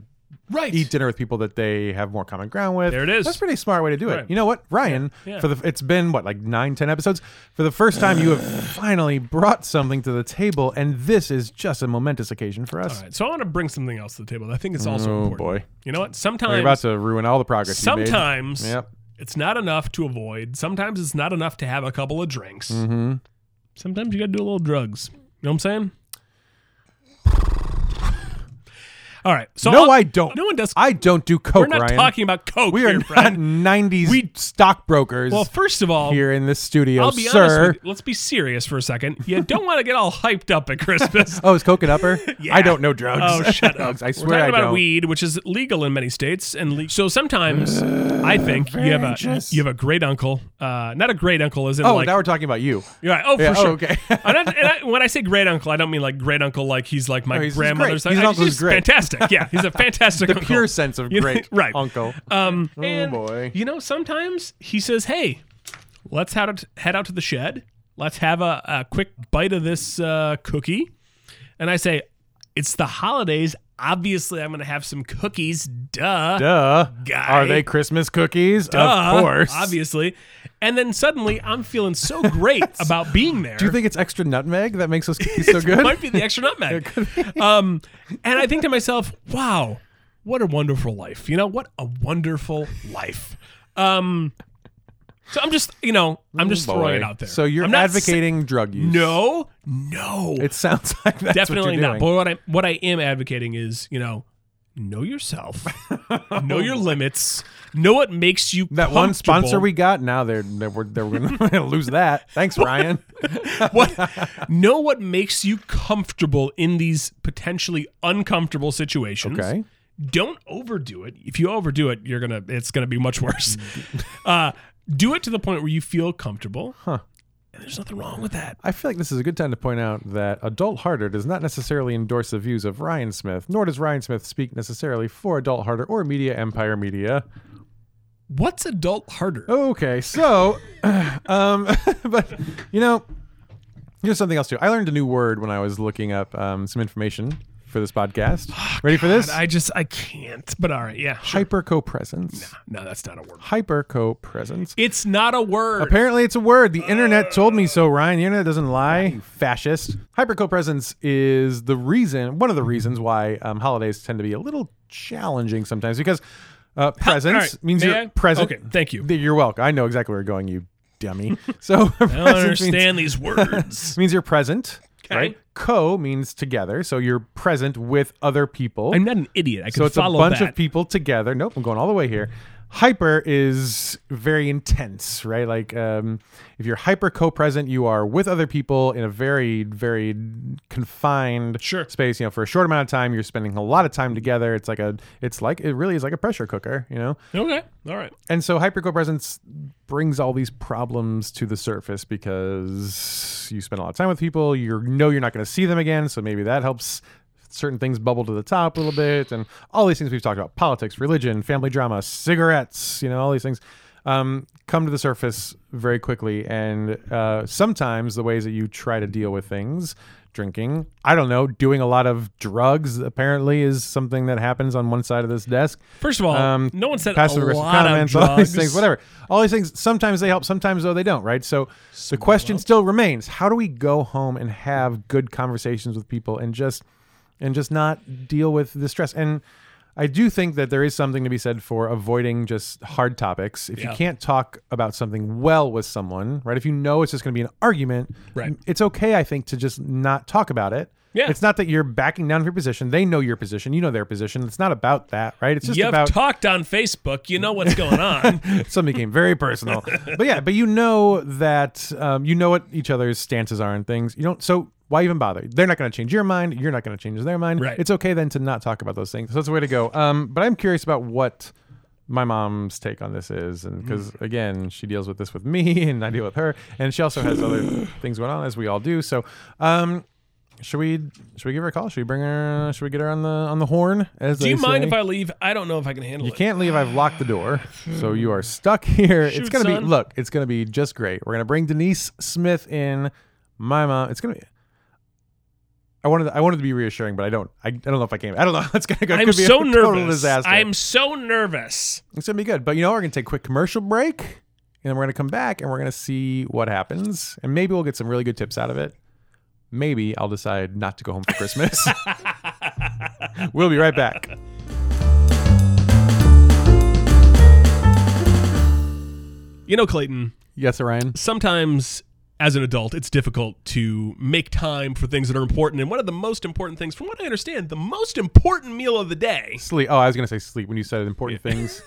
Speaker 2: Right.
Speaker 1: eat dinner with people that they have more common ground with.
Speaker 2: There it is.
Speaker 1: That's a pretty smart way to do it.
Speaker 2: Right.
Speaker 1: You know what, Ryan?
Speaker 2: Yeah.
Speaker 1: For the it's been what like nine, ten episodes. For the first time, you have finally brought something to the table, and this is just a momentous occasion for us.
Speaker 2: All right. So I want to bring something else to the table. that I think it's also
Speaker 1: Oh, boy.
Speaker 2: important. You know
Speaker 1: We're
Speaker 2: what?
Speaker 1: about
Speaker 2: Sometimes
Speaker 1: to ruin all the progress. you made.
Speaker 2: sometimes
Speaker 1: Yep.
Speaker 2: it's not enough to avoid. Sometimes it's not enough to have a couple of drinks.
Speaker 1: Mm-hmm.
Speaker 2: Sometimes you got to do a little drugs. You know what I'm saying? All right. So
Speaker 1: no,
Speaker 2: I'll-
Speaker 1: I don't.
Speaker 2: No one does.
Speaker 1: I don't do coke,
Speaker 2: we're not
Speaker 1: Ryan.
Speaker 2: talking about coke
Speaker 1: we
Speaker 2: here,
Speaker 1: are not
Speaker 2: friend.
Speaker 1: '90s
Speaker 2: We-
Speaker 1: stockbrokers
Speaker 2: Well, first of all,
Speaker 1: here in this studio,
Speaker 2: I'll be
Speaker 1: sir.
Speaker 2: honest with you. Let's be serious for a second. You don't want to get all hyped up at Christmas.
Speaker 1: Oh, is coke an upper? I don't know drugs.
Speaker 2: Oh, shut up.
Speaker 1: Drugs. I
Speaker 2: We're
Speaker 1: swear
Speaker 2: talking
Speaker 1: I
Speaker 2: about
Speaker 1: don't.
Speaker 2: weed, which is legal in many states, and le- so sometimes I think you have a
Speaker 1: Virgins.
Speaker 2: you have a great uncle, uh, not a great uncle, is in
Speaker 1: oh,
Speaker 2: like
Speaker 1: now we're talking about you.
Speaker 2: you're right, oh for
Speaker 1: Yeah, oh,
Speaker 2: sure.
Speaker 1: okay.
Speaker 2: I don't- and I- when I say great uncle, I don't mean like great uncle like he's like my
Speaker 1: Oh, he's- he's
Speaker 2: grandmother's
Speaker 1: great. His
Speaker 2: I-
Speaker 1: uncle
Speaker 2: he's
Speaker 1: is great.
Speaker 2: fantastic. Yeah, he's a fantastic
Speaker 1: The
Speaker 2: uncle.
Speaker 1: pure sense of
Speaker 2: You know,
Speaker 1: great
Speaker 2: right.
Speaker 1: uncle.
Speaker 2: Um,
Speaker 1: Oh,
Speaker 2: and,
Speaker 1: boy.
Speaker 2: You know, sometimes he says, "Hey, let's head out, head out to the shed. Let's have a, a quick bite of this uh, cookie." And I say, "It's the holidays. Obviously, I'm going to have some cookies. Duh."
Speaker 1: Duh.
Speaker 2: Guy.
Speaker 1: Are they Christmas cookies?
Speaker 2: Duh,
Speaker 1: of course.
Speaker 2: Obviously. And then suddenly I'm feeling so great about being there.
Speaker 1: Do you think it's extra nutmeg that makes those cookies so good?
Speaker 2: might be the extra nutmeg. um, and I think to myself, wow, what a wonderful life. You know, what a wonderful life. Um, so I'm just, you know, I'm just throwing it
Speaker 1: Boy.
Speaker 2: out there.
Speaker 1: So you're
Speaker 2: I'm not sa-
Speaker 1: advocating drug use?
Speaker 2: no, no,
Speaker 1: It sounds like that's
Speaker 2: definitely
Speaker 1: what you're Doing.
Speaker 2: not. But what I what I am advocating is, you know, know yourself, know your limits, know what makes you
Speaker 1: That one sponsor
Speaker 2: comfortable.
Speaker 1: we got, now they're they're, we're- they're gonna lose that. Thanks, Ryan.
Speaker 2: what know what makes you comfortable in these potentially uncomfortable situations.
Speaker 1: Okay.
Speaker 2: Don't overdo it. If you overdo it, you're gonna it's gonna be much worse. uh, do it to the point where you feel comfortable.
Speaker 1: Huh.
Speaker 2: And there's nothing wrong with that.
Speaker 1: I feel like this is a good time to point out that Adult Harder does not necessarily endorse the views of Ryan Smith, nor does Ryan Smith speak necessarily for Adult Harder or Media Empire Media.
Speaker 2: What's adult harder?
Speaker 1: Oh. Okay, so, um, but you know, here's something else too. I learned a new word when I was looking up um, some information for this podcast. Ready for this?
Speaker 2: Oh, God, I just I can't. But all right, yeah. sure.
Speaker 1: Hypercopresence.
Speaker 2: No, that's not a word.
Speaker 1: Hypercopresence.
Speaker 2: It's not a word.
Speaker 1: Apparently, it's a word. The internet told me so, Ryan. The internet doesn't lie. You fascist. Hypercopresence is the reason, one of the reasons why um, holidays tend to be a little challenging sometimes because uh, presence
Speaker 2: All right,
Speaker 1: means
Speaker 2: may
Speaker 1: you're
Speaker 2: I?
Speaker 1: present.
Speaker 2: Okay, thank you.
Speaker 1: You're welcome. I know exactly where you're going, you dummy. So,
Speaker 2: I don't
Speaker 1: presence means
Speaker 2: understand these words.
Speaker 1: means you're present,
Speaker 2: Okay.
Speaker 1: right? Co means together, so you're present with other people.
Speaker 2: I'm not an idiot. I can
Speaker 1: so it's a
Speaker 2: follow
Speaker 1: bunch
Speaker 2: that.
Speaker 1: of people together. Nope, I'm going all the way here. Hyper is very intense, right? Like um, if you're hyper co-present, you are with other people in a very, very confined
Speaker 2: Sure.
Speaker 1: space. You know, for a short amount of time, you're spending a lot of time together. It's like a, it's like it really is like a pressure cooker, you know.
Speaker 2: okay. All right.
Speaker 1: And so hypercopresence brings all these problems to the surface because you spend a lot of time with people, you know you're not going to see them again, so maybe that helps certain things bubble to the top a little bit and all these things we've talked about politics, religion, family drama, cigarettes, you know, all these things um, come to the surface very quickly and uh, sometimes the ways that you try to deal with things drinking i don't know doing a lot of drugs apparently is something that happens on one side of this desk
Speaker 2: First of all,
Speaker 1: Um,
Speaker 2: no one said a
Speaker 1: passive aggressive
Speaker 2: lot of
Speaker 1: comments, all
Speaker 2: drugs.
Speaker 1: these things, whatever. All these things, sometimes they help, sometimes though they don't, right? So the question still remains: How do we go home and have good conversations with people and just and just not deal with the stress? And I do think that there is something to be said for avoiding just hard topics. If
Speaker 2: Yeah.
Speaker 1: you can't talk about something well with someone, right? If you know it's just going to be an argument,
Speaker 2: Right.
Speaker 1: It's okay, I think, to just not talk about it.
Speaker 2: Yeah.
Speaker 1: It's not that you're backing down from your position. They know your position. You know their position. It's not about that, right? It's just
Speaker 2: You've
Speaker 1: about
Speaker 2: talked on Facebook. You know what's going on.
Speaker 1: something became very personal. But yeah, but you know that um, you know what each other's stances are and things. You don't so why even bother? They're not going to change your mind. You're not going to change their mind.
Speaker 2: Right.
Speaker 1: It's okay then to not talk about those things. So that's the way to go. Um, but I'm curious about what my mom's take on this is, and because
Speaker 2: Mm.
Speaker 1: again, she deals with this with me, and I deal with her, and she also has other things going on as we all do. So, um, Should we should we give her a call? Should we bring her? Should we get her on the on the horn? As
Speaker 2: Do
Speaker 1: they
Speaker 2: you mind
Speaker 1: say?
Speaker 2: if I leave? I don't know if I can handle
Speaker 1: You
Speaker 2: it.
Speaker 1: can't leave. I've locked the door, so you are stuck here. it's
Speaker 2: Shoot,
Speaker 1: gonna be
Speaker 2: son.
Speaker 1: look. It's gonna be just great. We're gonna bring Denise Smith in. My mom. It's gonna be. I wanted. I wanted to be reassuring, but I don't. I, I don't know if I can. I don't know. It's gonna go. it
Speaker 2: I'm
Speaker 1: could be
Speaker 2: so
Speaker 1: a Total
Speaker 2: nervous.
Speaker 1: disaster.
Speaker 2: I'm so nervous.
Speaker 1: It's gonna be good. But you know, we're gonna take a quick commercial break, and then we're gonna come back and we're gonna see what happens, and maybe we'll get some really good tips out of it. Maybe I'll decide not to go home for Christmas. we'll be right back.
Speaker 2: You know, Clayton,
Speaker 1: Yes, Orion.
Speaker 2: sometimes as an adult, it's difficult to make time for things that are important. And one of the most important things, from what I understand, the most important meal of the day.
Speaker 1: Sleep. Oh, I was gonna say sleep when you said important things.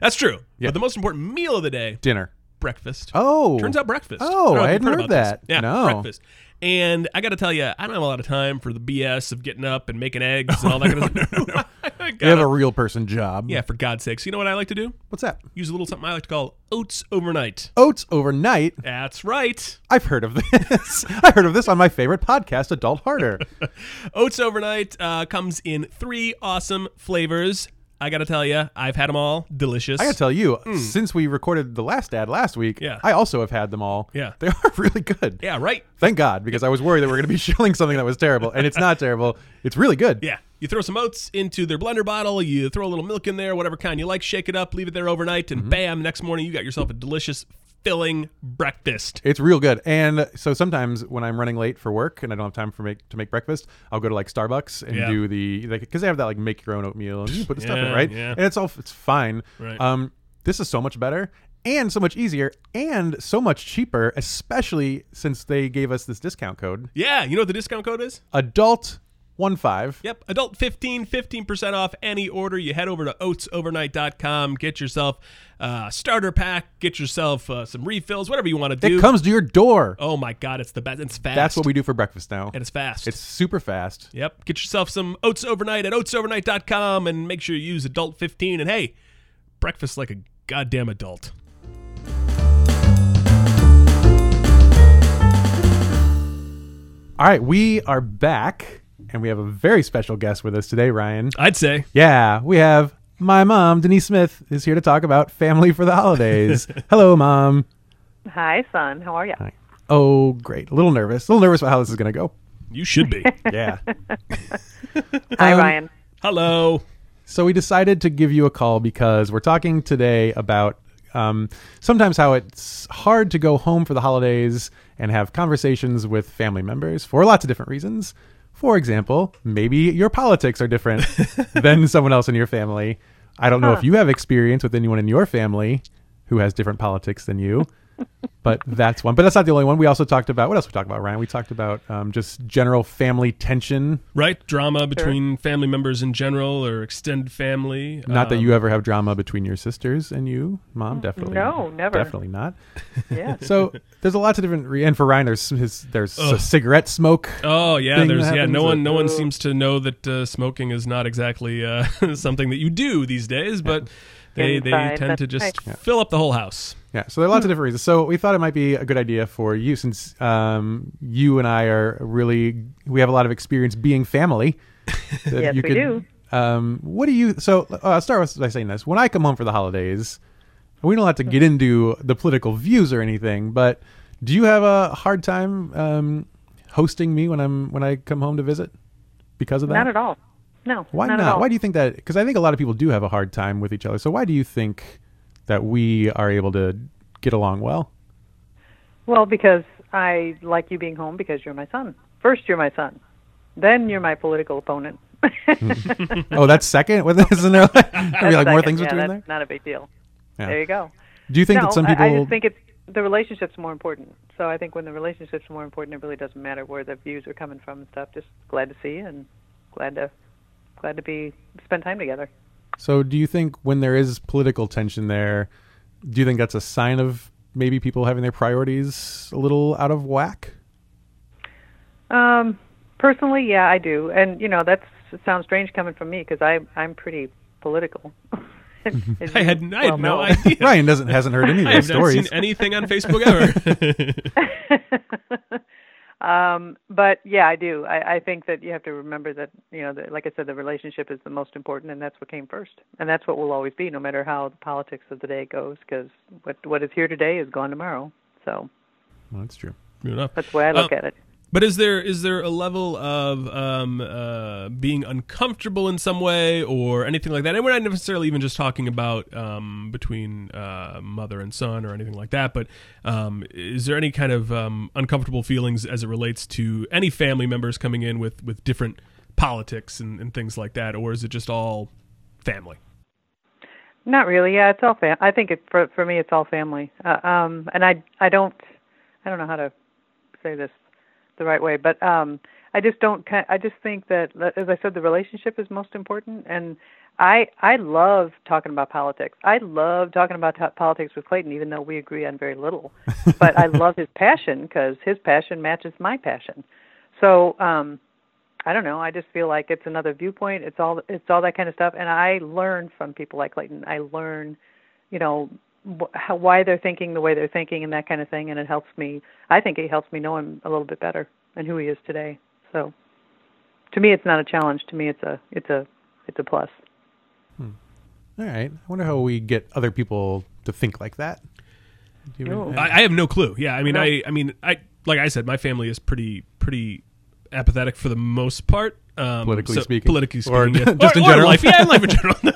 Speaker 2: That's true.
Speaker 1: Yeah.
Speaker 2: But the most important meal of the day,
Speaker 1: Dinner.
Speaker 2: breakfast.
Speaker 1: Oh,
Speaker 2: Turns out breakfast.
Speaker 1: Oh,
Speaker 2: don't know if
Speaker 1: I
Speaker 2: you've
Speaker 1: hadn't heard
Speaker 2: about
Speaker 1: that.
Speaker 2: this. Yeah,
Speaker 1: No.
Speaker 2: breakfast. And I got to tell you, I don't have a lot of time for the BS of getting up and making eggs and all that kind of stuff. I
Speaker 1: Oh, You have
Speaker 2: gotta-
Speaker 1: a real person job.
Speaker 2: yeah, for God's sakes. You know what I like to do?
Speaker 1: What's that?
Speaker 2: Use a little something I like to call oats overnight.
Speaker 1: Oats overnight.
Speaker 2: That's right.
Speaker 1: I've heard of this. I heard of this on my favorite podcast, Adult Harder.
Speaker 2: Oats overnight uh, comes in three awesome flavors. I got to tell you, I've had them all. Delicious.
Speaker 1: I gotta tell you, since we recorded the last ad last week,
Speaker 2: Hmm. Yeah.
Speaker 1: I also have had them all.
Speaker 2: Yeah.
Speaker 1: They are really good.
Speaker 2: yeah, right.
Speaker 1: Thank God, because I was worried that we are gonna be showing something that was terrible, and it's not terrible. It's really good.
Speaker 2: Yeah. You throw some oats into their blender bottle, you throw a little milk in there, whatever kind you like, shake it up, leave it there overnight,
Speaker 1: Mm-hmm.
Speaker 2: and bam, next morning you got yourself a delicious, filling breakfast.
Speaker 1: It's real good. And so sometimes when I'm running late for work and I don't have time for make to make breakfast, I'll go to like Starbucks and
Speaker 2: Yeah.
Speaker 1: do the like because they have that like make your own oatmeal and you put the stuff in
Speaker 2: Yeah,
Speaker 1: it, right?
Speaker 2: yeah.
Speaker 1: And it's all it's fine.
Speaker 2: Right.
Speaker 1: Um, this is so much better and so much easier and so much cheaper, especially since they gave us this discount code
Speaker 2: Yeah, you know what the discount code is?
Speaker 1: adult one five.
Speaker 2: Yep, adult 15, 15% off any order. You head over to oatsovernight.com, get yourself a starter pack, get yourself uh, some refills, whatever you want to
Speaker 1: It
Speaker 2: do.
Speaker 1: comes to your door.
Speaker 2: oh my God, it's the best. It's fast.
Speaker 1: That's what we do for breakfast now.
Speaker 2: And it's fast.
Speaker 1: It's super fast.
Speaker 2: Yep. Get yourself some oats overnight at oatsovernight.com and make sure you use adult 15. And hey, breakfast like a goddamn adult.
Speaker 1: All right, we are back and we have a very special guest with us today, Ryan.
Speaker 2: I'd say.
Speaker 1: Yeah, we have my mom, Denise Smith, is here to talk about family for the holidays. Hello, mom.
Speaker 3: Hi, son. How are you?
Speaker 1: Oh, great. A little nervous. A little nervous about how this is going to go.
Speaker 2: You should be.
Speaker 1: Yeah.
Speaker 3: Hi,
Speaker 1: Um,
Speaker 3: Ryan.
Speaker 2: Hello.
Speaker 1: so we decided to give you a call because we're talking today about um, sometimes how it's hard to go home for the holidays and have conversations with family members for lots of different reasons. For example, maybe your politics are different than someone else in your family. I don't know if you have experience with anyone in your family who has different politics than you, but that's one. But that's not the only one. We also talked about what else we talked about, Ryan. We talked about um, just general family tension.
Speaker 2: Right? Drama between family members in general or extended family.
Speaker 1: Not that
Speaker 2: Um,
Speaker 1: you ever have drama between your sisters and you, mom. Definitely,
Speaker 3: Mm, No, never.
Speaker 1: Definitely not.
Speaker 3: Yeah.
Speaker 1: So there's a lot of different. Re- and for Ryan, there's his, there's a cigarette smoke.
Speaker 2: Oh yeah,
Speaker 1: thing that
Speaker 2: there's yeah.
Speaker 1: happens
Speaker 2: No one,
Speaker 1: that-
Speaker 2: no one seems to know that uh, smoking is not exactly uh, something that you do these days. But they they
Speaker 3: Inside,
Speaker 2: tend to
Speaker 3: that's
Speaker 2: just
Speaker 3: right.
Speaker 2: fill up the whole house.
Speaker 1: Yeah. So there are lots of different reasons. So we thought it might be a good idea for you, since um, you and I are really we have a lot of experience being family. that
Speaker 3: Yes,
Speaker 1: you
Speaker 3: we
Speaker 1: could-
Speaker 3: do.
Speaker 1: Um, what do you? So uh, I'll start with by saying this: when I come home for the holidays, we don't have to get into the political views or anything. But do you have a hard time um, hosting me when I'm when I come home to visit because of that?
Speaker 3: Not at all. No.
Speaker 1: Why
Speaker 3: not?
Speaker 1: not?
Speaker 3: At all.
Speaker 1: Why do you think that? Because I think a lot of people do have a hard time with each other. So why do you think that we are able to get along well?
Speaker 3: well, because I like you being home because you're my son. First, you're my son. Then you're my political opponent.
Speaker 1: oh, that's second. What isn't there? Like, are we like more things
Speaker 3: yeah,
Speaker 1: between
Speaker 3: that's
Speaker 1: there?
Speaker 3: Not a big deal.
Speaker 1: Yeah.
Speaker 3: There you go.
Speaker 1: Do you think
Speaker 3: no,
Speaker 1: that some
Speaker 3: I-
Speaker 1: people?
Speaker 3: I, just think it's the relationship's more important. So I think when the relationship's more important, it really doesn't matter where the views are coming from and stuff. Just glad to see you and glad to glad to be spend time together.
Speaker 1: so do you think when there is political tension there, do you think that's a sign of maybe people having their priorities a little out of whack?
Speaker 3: Um, personally, yeah, I do, and you know that sounds strange coming from me because I I'm pretty political.
Speaker 2: Mm-hmm. I had, I had no idea.
Speaker 1: Ryan doesn't hasn't heard any of
Speaker 2: I
Speaker 1: those
Speaker 2: have not
Speaker 1: stories.
Speaker 2: seen anything on Facebook ever.
Speaker 3: idea. Um, but yeah, I do. I, I think that you have to remember that you know, the, like I said, the relationship is the most important, and that's what came first, and that's what will always be, no matter how the politics of the day goes, because what what is here today is gone tomorrow. So
Speaker 1: Well, that's true.
Speaker 2: Fair enough.
Speaker 3: that's the way I look
Speaker 2: Um,
Speaker 3: at it.
Speaker 2: But is there is there a level of um, uh, being uncomfortable in some way or anything like that? And we're not necessarily even just talking about um, between uh, mother and son or anything like that. But um, is there any kind of um, uncomfortable feelings as it relates to any family members coming in with with different politics and, and things like that, or is it just all family?
Speaker 3: Not really. Yeah, it's all fam. I think it for for me, it's all family. Uh, um, and I I don't I don't know how to say this the right way, but um, I just don't. ki- I just think that, as I said, the relationship is most important. And I I love talking about politics. I love talking about to politics with Clayton, even though we agree on very little. But I love his passion because his passion matches my passion. So um, I don't know. I just feel like it's another viewpoint. It's all it's all that kind of stuff, and I learn from people like Clayton. I learn, you know, wh- how, why they're thinking the way they're thinking and that kind of thing, and it helps me. I think it helps me know him a little bit better and who he is today. So, to me, it's not a challenge. To me, it's a it's a it's a plus.
Speaker 1: All right. I wonder how we get other people to think like that. Do you
Speaker 3: Ooh.
Speaker 2: I, I have no clue. Yeah, I mean,
Speaker 3: No.
Speaker 2: I, I mean, I like I said, my family is pretty, pretty apathetic for the most part. Um,
Speaker 1: Politically speaking.
Speaker 2: politically speaking,
Speaker 1: Or
Speaker 2: yes.
Speaker 1: just in general.
Speaker 2: life, yeah, in life in general.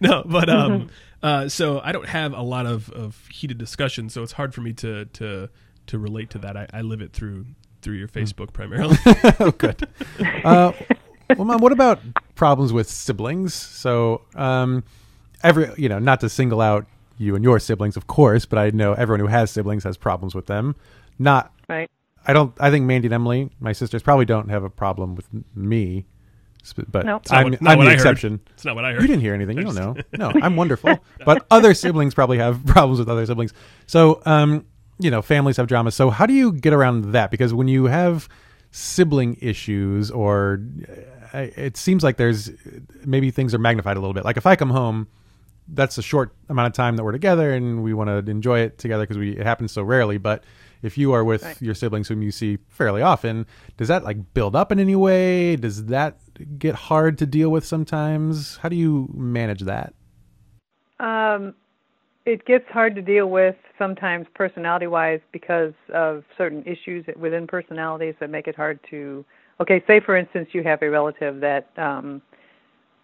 Speaker 2: No, no but um, uh, so I don't have a lot of, of heated discussion, so it's hard for me to to to relate to that. I, I live it through through
Speaker 1: Hmm.
Speaker 2: your Facebook primarily.
Speaker 1: oh, good. Uh, well, mom, what about problems with siblings? So, um, every you know, not to single out you and your siblings, of course, but I know everyone who has siblings has problems with them. Not,
Speaker 3: Right?
Speaker 1: I don't. I think Mandy and Emily, my sisters, probably don't have a problem with m- me, sp- but
Speaker 3: No. It's
Speaker 2: Not
Speaker 1: I'm,
Speaker 2: what- not
Speaker 1: I'm
Speaker 2: what
Speaker 1: the
Speaker 2: I heard.
Speaker 1: exception.
Speaker 2: It's not what I
Speaker 1: You
Speaker 2: heard.
Speaker 1: didn't hear anything. You don't know. No, I'm wonderful. But other siblings probably have problems with other siblings. So, um, you know, families have drama. So, how do you get around that? Because when you have sibling issues, or uh, it seems like there's maybe things are magnified a little bit. Like if I come home, that's a short amount of time that we're together, and we want to enjoy it together because we it happens so rarely. But if you are with your siblings whom you see fairly often, does that like build up in any way? Does that get hard to deal with sometimes? How do you manage that?
Speaker 3: Um, it gets hard to deal with sometimes personality wise because of certain issues within personalities that make it hard to okay say for instance you have a relative that um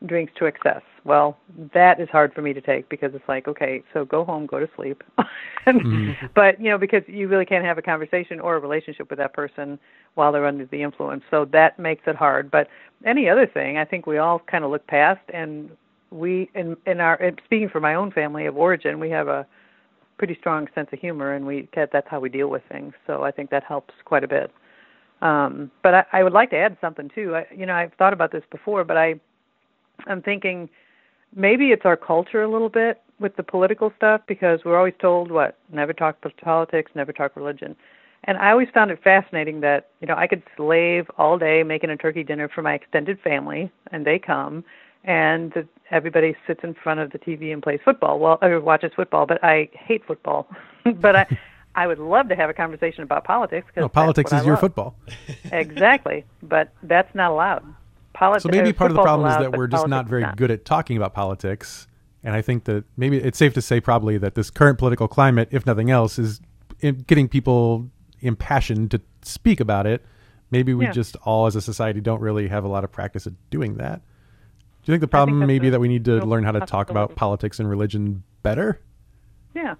Speaker 3: drinks to excess well that is hard for me to take because it's like okay so go home go to sleep and, but you know because you really can't have a conversation or a relationship with that person while they're under the influence so that makes it hard but any other thing i think we all kind of look past and we in in our in, speaking for my own family of origin we have a pretty strong sense of humor and we that- that's how we deal with things so i think that helps quite a bit um but i i would like to add something too i you know i've thought about this before but i i'm thinking maybe it's our culture a little bit with the political stuff because we're always told what never talk po- politics never talk religion and i always found it fascinating that you know i could slave all day making a turkey dinner for my extended family and they come and the, everybody sits in front of the tv and plays football well or watches football but i hate football but i i would love to have a conversation about politics because
Speaker 1: No, Oh, politics is your football.
Speaker 3: exactly but that's not allowed Polit-
Speaker 1: So maybe
Speaker 3: or
Speaker 1: part of the
Speaker 3: football's
Speaker 1: problem is
Speaker 3: allowed,
Speaker 1: that
Speaker 3: uh, but
Speaker 1: we're just
Speaker 3: politics
Speaker 1: not
Speaker 3: is
Speaker 1: very good at talking about politics. And I think that maybe it's safe to say probably that this current political climate, if nothing else, is i- getting people impassioned to speak about it. Maybe we
Speaker 3: Yeah.
Speaker 1: just all as a society don't really have a lot of practice at doing that. Do you think the problem
Speaker 3: that's
Speaker 1: maybe
Speaker 3: a
Speaker 1: that we need to
Speaker 3: real
Speaker 1: learn how to talk about
Speaker 3: possibility.
Speaker 1: politics and religion better?
Speaker 3: Yeah,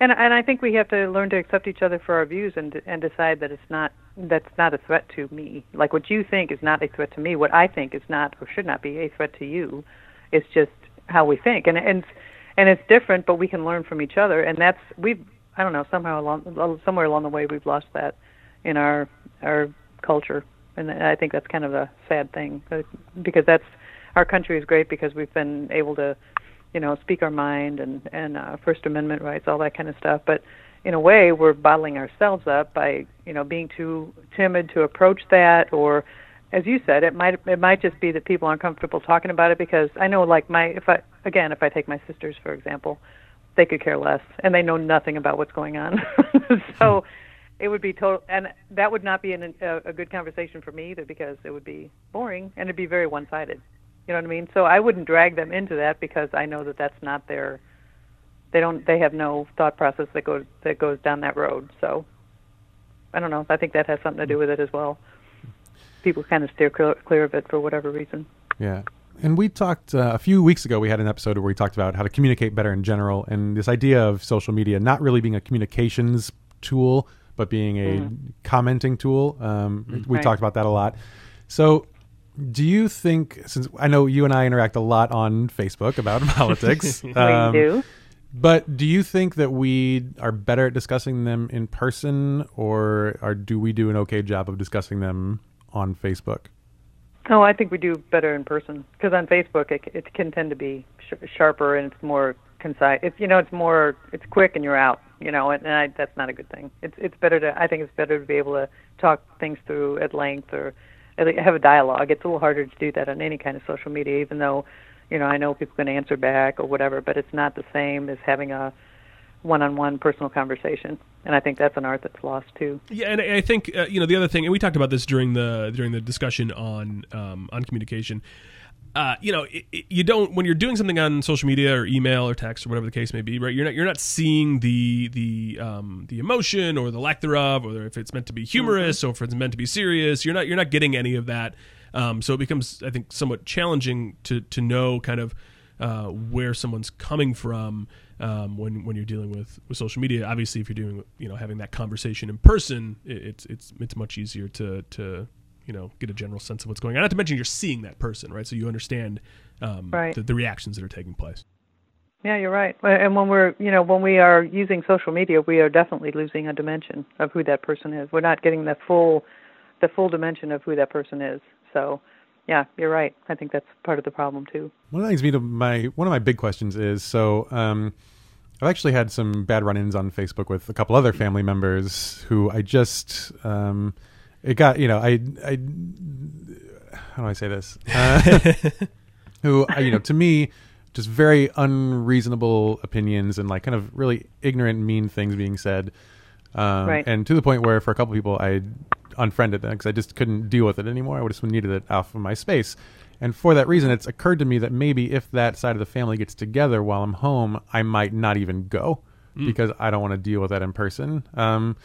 Speaker 3: and and I think we have to learn to accept each other for our views and and decide that it's not that's not a threat to me. Like what you think is not a threat to me. What I think is not or should not be a threat to you. It's just how we think, and and and it's different, but we can learn from each other. And that's we've I don't know somehow along somewhere along the way we've lost that in our our culture, and I think that's kind of a sad thing uh, because that's our country is great because we've been able to you know, speak our mind and and uh, First Amendment rights, all that kind of stuff. But in a way, we're bottling ourselves up by you know being too timid to approach that, or as you said, it might it might just be that people aren't comfortable talking about it because I know, like my if I again if I take my sisters for example, they could care less and they know nothing about what's going on. so it would be total, and that would not be an, a, a good conversation for me either because it would be boring and it'd be very one-sided. You know what I mean? So I wouldn't drag them into that because I know that that's not their. They don't. They have no thought process that goes that goes down that road. So I don't know. I think that has something to do with it as well. People kind of steer clear, clear of it for whatever reason.
Speaker 1: Yeah. And we talked uh, a few weeks ago, we had an episode where we talked about how to communicate better in general and this idea of social media not really being a communications tool, but being a commenting tool. Um, We
Speaker 3: Mm-hmm. Right.
Speaker 1: talked about that a lot. So, do you think, since I know you and I interact a lot on Facebook about politics, um,
Speaker 3: we do.
Speaker 1: but do you think that we are better at discussing them in person or, or do we do an okay job of discussing them on Facebook?
Speaker 3: Oh, I think we do better in person because on Facebook it, it can tend to be sh- sharper and it's more concise. It's you know it's more it's quick and you're out. You know, and, and I, that's not a good thing. It's it's better to I think it's better to be able to talk things through at length or at least have a dialogue. It's a little harder to do that on any kind of social media, even though you know I know people can answer back or whatever, but it's not the same as having a one-on-one personal conversation. And I think that's an art that's lost too.
Speaker 2: Yeah, and I I think uh, you know the other thing, and we talked about this during the during the discussion on um, on communication. Uh, you know, it, it- you don't when you're doing something on social media or email or text or whatever the case may be, right? You're not you're not seeing the the um, the emotion or the lack thereof, or if it's meant to be humorous or if it's meant to be serious. You're not you're not getting any of that. Um, so it becomes, I think, somewhat challenging to to know kind of uh, where someone's coming from um, when when you're dealing with, with social media. Obviously, if you're doing you know having that conversation in person, i it's it's it's much easier to to you know get a general sense of what's going on. Not to mention you're seeing that person, right? So you understand um,
Speaker 3: Right.
Speaker 2: the, the reactions that are taking place.
Speaker 3: Yeah, you're right. Uh, And when we're, you know, when we are using social media, we are definitely losing a dimension of who that person is. We're not getting the full, the full dimension of who that person is. So, yeah, you're right. I think that's part of the problem too.
Speaker 1: One of the things me to my one of my big questions is so um, I've actually had some bad run-ins on Facebook with a couple other family members who I just um, it got you know I I how do I say this uh, who I- you know to me just very unreasonable opinions and like kind of really ignorant mean things being said um,
Speaker 3: Right.
Speaker 1: and to the point where for a couple people I unfriended them because I just couldn't deal with it anymore. I would just needed it off of my space. And for that reason, it's occurred to me that maybe if that side of the family gets together while I'm home, I might not even go because I don't want to deal with that in person. Um,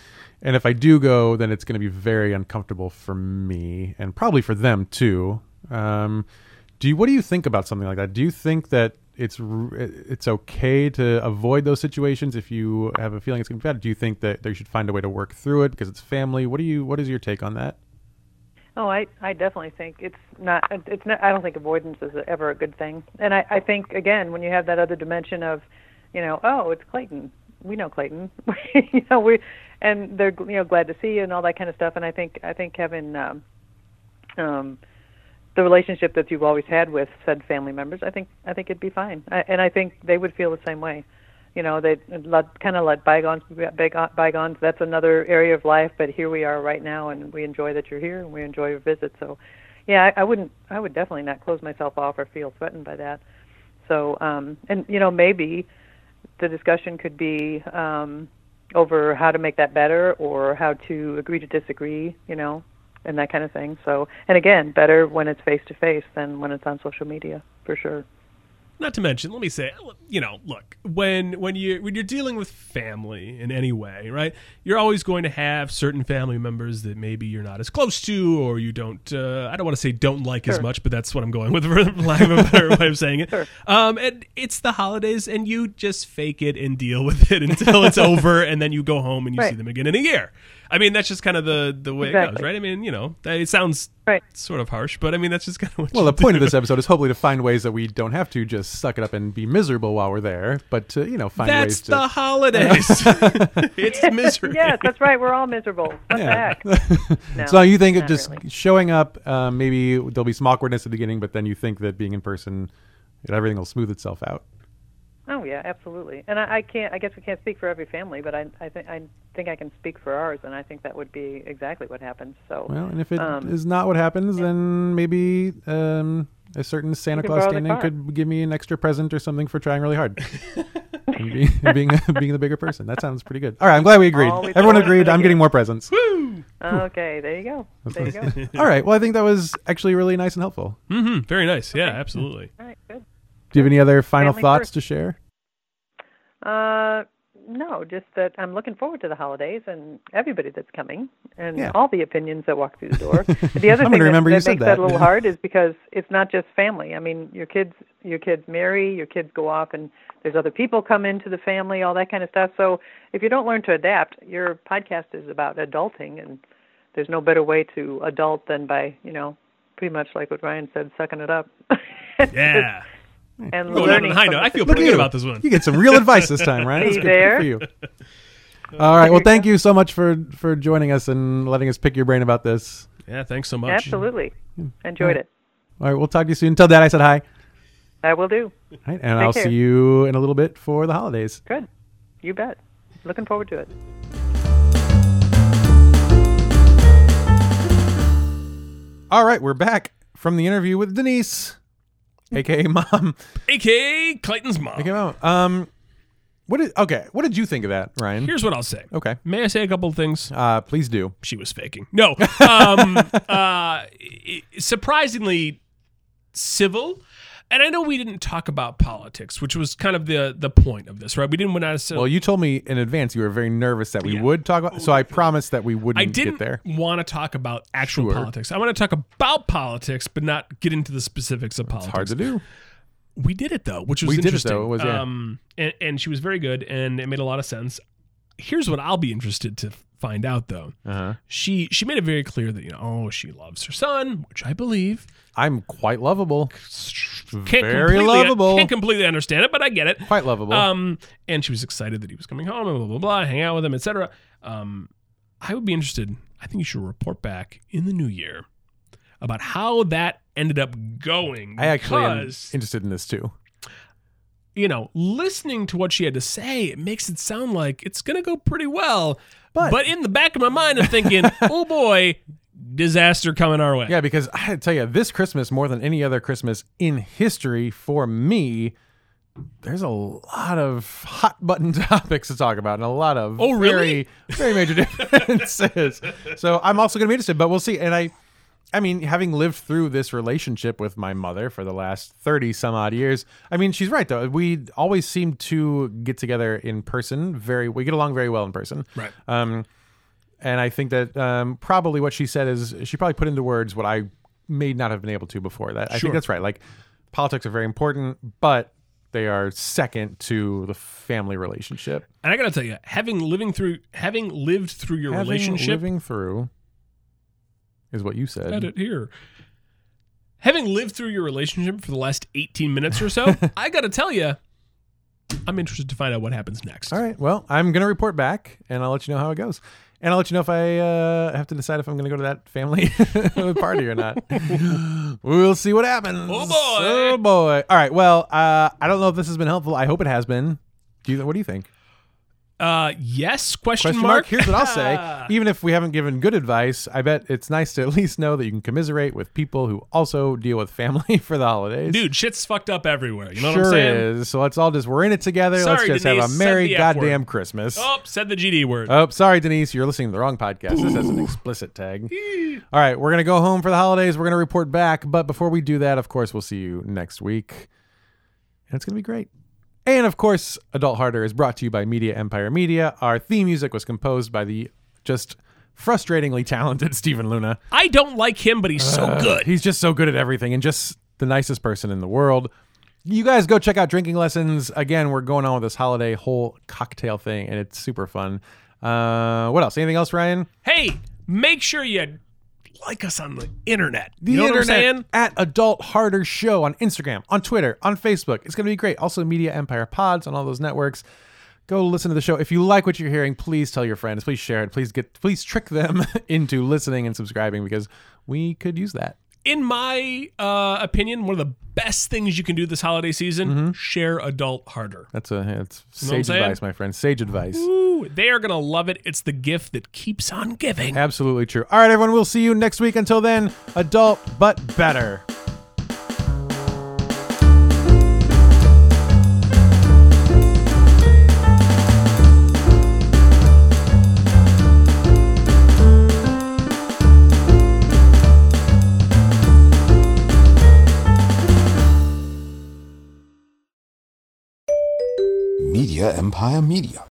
Speaker 1: and if I do go, then it's going to be very uncomfortable for me and probably for them too. Um, do you, what do you think about something like that? Do you think that it's r- it's okay to avoid those situations if you have a feeling it's going to be bad? Do you think that they should find a way to work through it because it's family? What do you what is your take on that?
Speaker 3: Oh, I I definitely think it's not it's not I don't think avoidance is ever a good thing. And I I think again when you have that other dimension of, you know, oh, it's Clayton. We know Clayton. you know, we and they're you know glad to see you and all that kind of stuff and I think I think having um um the relationship that you've always had with said family members, I think I think it'd be fine. I, and I think they would feel the same way you know they let kind of let bygones be bygo- bygones that's another area of life but here we are right now and we enjoy that you're here and we enjoy your visit so yeah i, I wouldn't i would definitely not close myself off or feel threatened by that so um and you know maybe the discussion could be um over how to make that better or how to agree to disagree you know and that kind of thing so and again better when it's face to face than when it's on social media for sure
Speaker 2: Not to mention, let me say, you know, look, when when you when you're dealing with family in any way, right? You're always going to have certain family members that maybe you're not as close to, or you don't. Uh, I don't want to say don't like as
Speaker 3: Sure.
Speaker 2: much, but that's what I'm going with, for lack of a better way of saying it.
Speaker 3: Sure.
Speaker 2: Um, and it's the holidays, and you just fake it and deal with it until it's over, and then you go home and you see
Speaker 3: Right.
Speaker 2: them again in a year. I mean, that's just kind of the the way it goes,
Speaker 3: Exactly.
Speaker 2: right? I mean, you know, that, it sounds
Speaker 3: Right.
Speaker 2: sort of harsh, but I mean, that's just kind of what.
Speaker 1: Well,
Speaker 2: you
Speaker 1: the point of
Speaker 2: do.
Speaker 1: this episode is hopefully to find ways that we don't have to just suck it up and be miserable while we're there, but to you know find
Speaker 2: That's
Speaker 1: ways to
Speaker 2: the holidays. it's misery.
Speaker 3: yes that's right we're all miserable what the
Speaker 1: Yeah.
Speaker 3: heck No,
Speaker 1: so you think of
Speaker 3: not
Speaker 1: just
Speaker 3: really.
Speaker 1: showing up, uh, maybe there'll be some awkwardness at the beginning, but then you think that being in person, it, everything will smooth itself out.
Speaker 3: Oh yeah, absolutely. And I, I can't. I guess we can't speak for every family, but I, I think I think I can speak for ours, and I think that would be exactly what happens. So
Speaker 1: Well, and if it is
Speaker 3: Um,
Speaker 1: not what happens, then maybe um, a certain Santa
Speaker 3: could
Speaker 1: Claus
Speaker 3: borrow the
Speaker 1: standing
Speaker 3: car.
Speaker 1: could give me an extra present or something for trying really hard. and being being, being the bigger person. That sounds pretty good. All right, I'm glad we agreed.
Speaker 3: Always
Speaker 1: Everyone
Speaker 3: always
Speaker 1: agreed.
Speaker 3: gonna
Speaker 1: I'm
Speaker 3: get-
Speaker 1: getting more presents.
Speaker 2: Woo!
Speaker 3: uh, Okay, there you go. There you go.
Speaker 1: All right. Well, I think that was actually really nice and helpful.
Speaker 2: Mm-hmm. Very nice. Yeah, absolutely.
Speaker 3: All right, good.
Speaker 1: Do you have any other final
Speaker 3: Family
Speaker 1: thoughts
Speaker 3: first.
Speaker 1: to share?
Speaker 3: Uh, no, just that I'm looking forward to the holidays and everybody that's coming and
Speaker 1: Yeah.
Speaker 3: all the opinions that walk through the door. the other
Speaker 1: I'm gonna
Speaker 3: thing that,
Speaker 1: remember you
Speaker 3: that
Speaker 1: said
Speaker 3: makes
Speaker 1: that.
Speaker 3: a little hard is because it's not just family. I mean, your kids, your kids marry, your kids go off, and there's other people come into the family, all that kind of stuff. So if you don't learn to adapt, your podcast is about adulting, and there's no better way to adult than by you know pretty much like what Ryan said, sucking it up.
Speaker 2: Yeah.
Speaker 3: and
Speaker 2: Going out on
Speaker 3: learning
Speaker 2: a high
Speaker 3: from
Speaker 2: note.
Speaker 3: the
Speaker 2: I feel
Speaker 1: Look at
Speaker 2: pretty good
Speaker 1: you.
Speaker 2: about this one.
Speaker 1: You get some real advice this time, right? That's
Speaker 3: See
Speaker 1: good, good for you. All right. Well, thank you so much for for joining us and letting us pick your brain about this.
Speaker 2: Yeah, thanks so much.
Speaker 3: Absolutely. Enjoyed it.
Speaker 1: All right. We'll talk to you soon. Until then, I said hi.
Speaker 3: I will do.
Speaker 1: All right, and I'll
Speaker 3: care.
Speaker 1: see you in a little bit for the holidays.
Speaker 3: Good. You bet. Looking forward to it.
Speaker 1: All right, we're back from the interview with Denise, aka Mom.
Speaker 2: AKA Clayton's mom.
Speaker 1: aka Mom. Um, what did okay? What did you think of that, Ryan?
Speaker 2: Here's what I'll say.
Speaker 1: okay,
Speaker 2: May I say a couple of things?
Speaker 1: uh, please do.
Speaker 2: She was faking. No. Um, uh, i- surprisingly civil. And I know we didn't talk about politics, which was kind of the the point of this, right? We didn't want to.
Speaker 1: Well, you told me in advance you were very nervous that we would talk about, so I promised that we wouldn't
Speaker 2: Oh, I
Speaker 1: get
Speaker 2: didn't
Speaker 1: there.
Speaker 2: want to talk about actual
Speaker 1: Sure.
Speaker 2: politics. I want to talk about politics, but not get into the specifics of politics.
Speaker 1: Hard to do.
Speaker 2: We did it though, which was
Speaker 1: We did it,
Speaker 2: interesting.
Speaker 1: though. It was, yeah.
Speaker 2: Um, and, and she was very good, and it made a lot of sense. Here's what I'll be interested to find out though.
Speaker 1: Uh-huh.
Speaker 2: She she made it very clear that you know oh she loves her son, which I believe.
Speaker 1: I'm quite lovable,
Speaker 2: Can't
Speaker 1: very
Speaker 2: completely,
Speaker 1: lovable,
Speaker 2: Can't completely understand it, but I get it.
Speaker 1: quite lovable.
Speaker 2: Um, and she was excited that he was coming home and blah blah blah, hang out with him, etc. Um, I would be interested. I think you should report back in the new year about how that ended up going.
Speaker 1: I actually am
Speaker 2: because,
Speaker 1: interested in this too.
Speaker 2: you know, listening to what she had to say, it makes it sound like it's gonna go pretty well.
Speaker 1: But-
Speaker 2: in the back of my mind, I'm thinking, oh boy, disaster coming our way.
Speaker 1: Yeah, because I had to tell you, this Christmas, more than any other Christmas in history for me, there's a lot of hot button topics to talk about and a lot of
Speaker 2: Oh, really?
Speaker 1: very, very major differences. so I'm also going to be interested, but we'll see. And I, I mean, having lived through this relationship with my mother for the last 30 some odd years, I mean, she's right, though. We always seem to get together in person very, we get along very well in person.
Speaker 2: Right.
Speaker 1: Um, and I think that um, probably what she said is she probably put into words what I may not have been able to before. That I
Speaker 2: Sure.
Speaker 1: think that's right. Like politics are very important, but they are second to the family relationship.
Speaker 2: And I gotta tell you, having living through having lived through your
Speaker 1: Having-
Speaker 2: relationship
Speaker 1: living through is what you said.
Speaker 2: edit here. Having lived through your relationship for the last 18 minutes or so, I got to tell you, I'm interested to find out what happens next.
Speaker 1: All right. Well, I'm gonna report back, and I'll let you know how it goes. And I'll let you know if I uh, have to decide if I'm going to go to that family party or not. we'll see what happens.
Speaker 2: Oh, boy.
Speaker 1: Oh boy! All right. Well, uh, I don't know if this has been helpful. I hope it has been. Do you? What do you think?
Speaker 2: Uh, yes? Question,
Speaker 1: Question mark.
Speaker 2: mark?
Speaker 1: Here's what I'll say. Even if we haven't given good advice, I bet it's nice to at least know that you can commiserate with people who also deal with family for the holidays.
Speaker 2: Dude, shit's fucked up everywhere. You know
Speaker 1: sure
Speaker 2: what I'm saying?
Speaker 1: is. So let's all just we're in it together. let's
Speaker 2: Sorry,
Speaker 1: just have a
Speaker 2: Denise, said
Speaker 1: merry
Speaker 2: the F word.
Speaker 1: goddamn Christmas.
Speaker 2: Oh, said the GD word.
Speaker 1: Oh, sorry, Denise. You're listening to the wrong podcast. This has an explicit tag. All right, we're going to go home for the holidays. We're going to report back. But before we do that, of course, we'll see you next week. And it's going to be great. And of course, Adult Harder is brought to you by Media Empire Media. Our theme music was composed by the just frustratingly talented Stephen Luna.
Speaker 2: I don't like him, but he's
Speaker 1: uh,
Speaker 2: so good.
Speaker 1: He's just so good at everything and just the nicest person in the world. You guys go check out Drinking Lessons. Again, we're going on with this holiday whole cocktail thing, and it's super fun. Uh, what else? Anything else, Ryan?
Speaker 2: Hey, make sure you like us on the internet.
Speaker 1: the
Speaker 2: you know
Speaker 1: internet
Speaker 2: what I'm saying?
Speaker 1: at Adult Harder Show on Instagram, on Twitter, on Facebook. It's going to be great. Also, Media Empire Pods on all those networks. Go listen to the show. If you like what you're hearing, please tell your friends. Please share it. Please get. Please trick them into listening and subscribing because we could use that.
Speaker 2: in my uh, opinion, one of the best things you can do this holiday season:
Speaker 1: Mm-hmm.
Speaker 2: share adult harder.
Speaker 1: That's a that's
Speaker 2: know what I'm
Speaker 1: sage
Speaker 2: saying?
Speaker 1: advice, my friend. Sage advice.
Speaker 2: Ooh, they are gonna love it. It's the gift that keeps on giving.
Speaker 1: Absolutely true. All right, everyone. We'll see you next week. Until then, adult but better.
Speaker 4: Media Empire Media.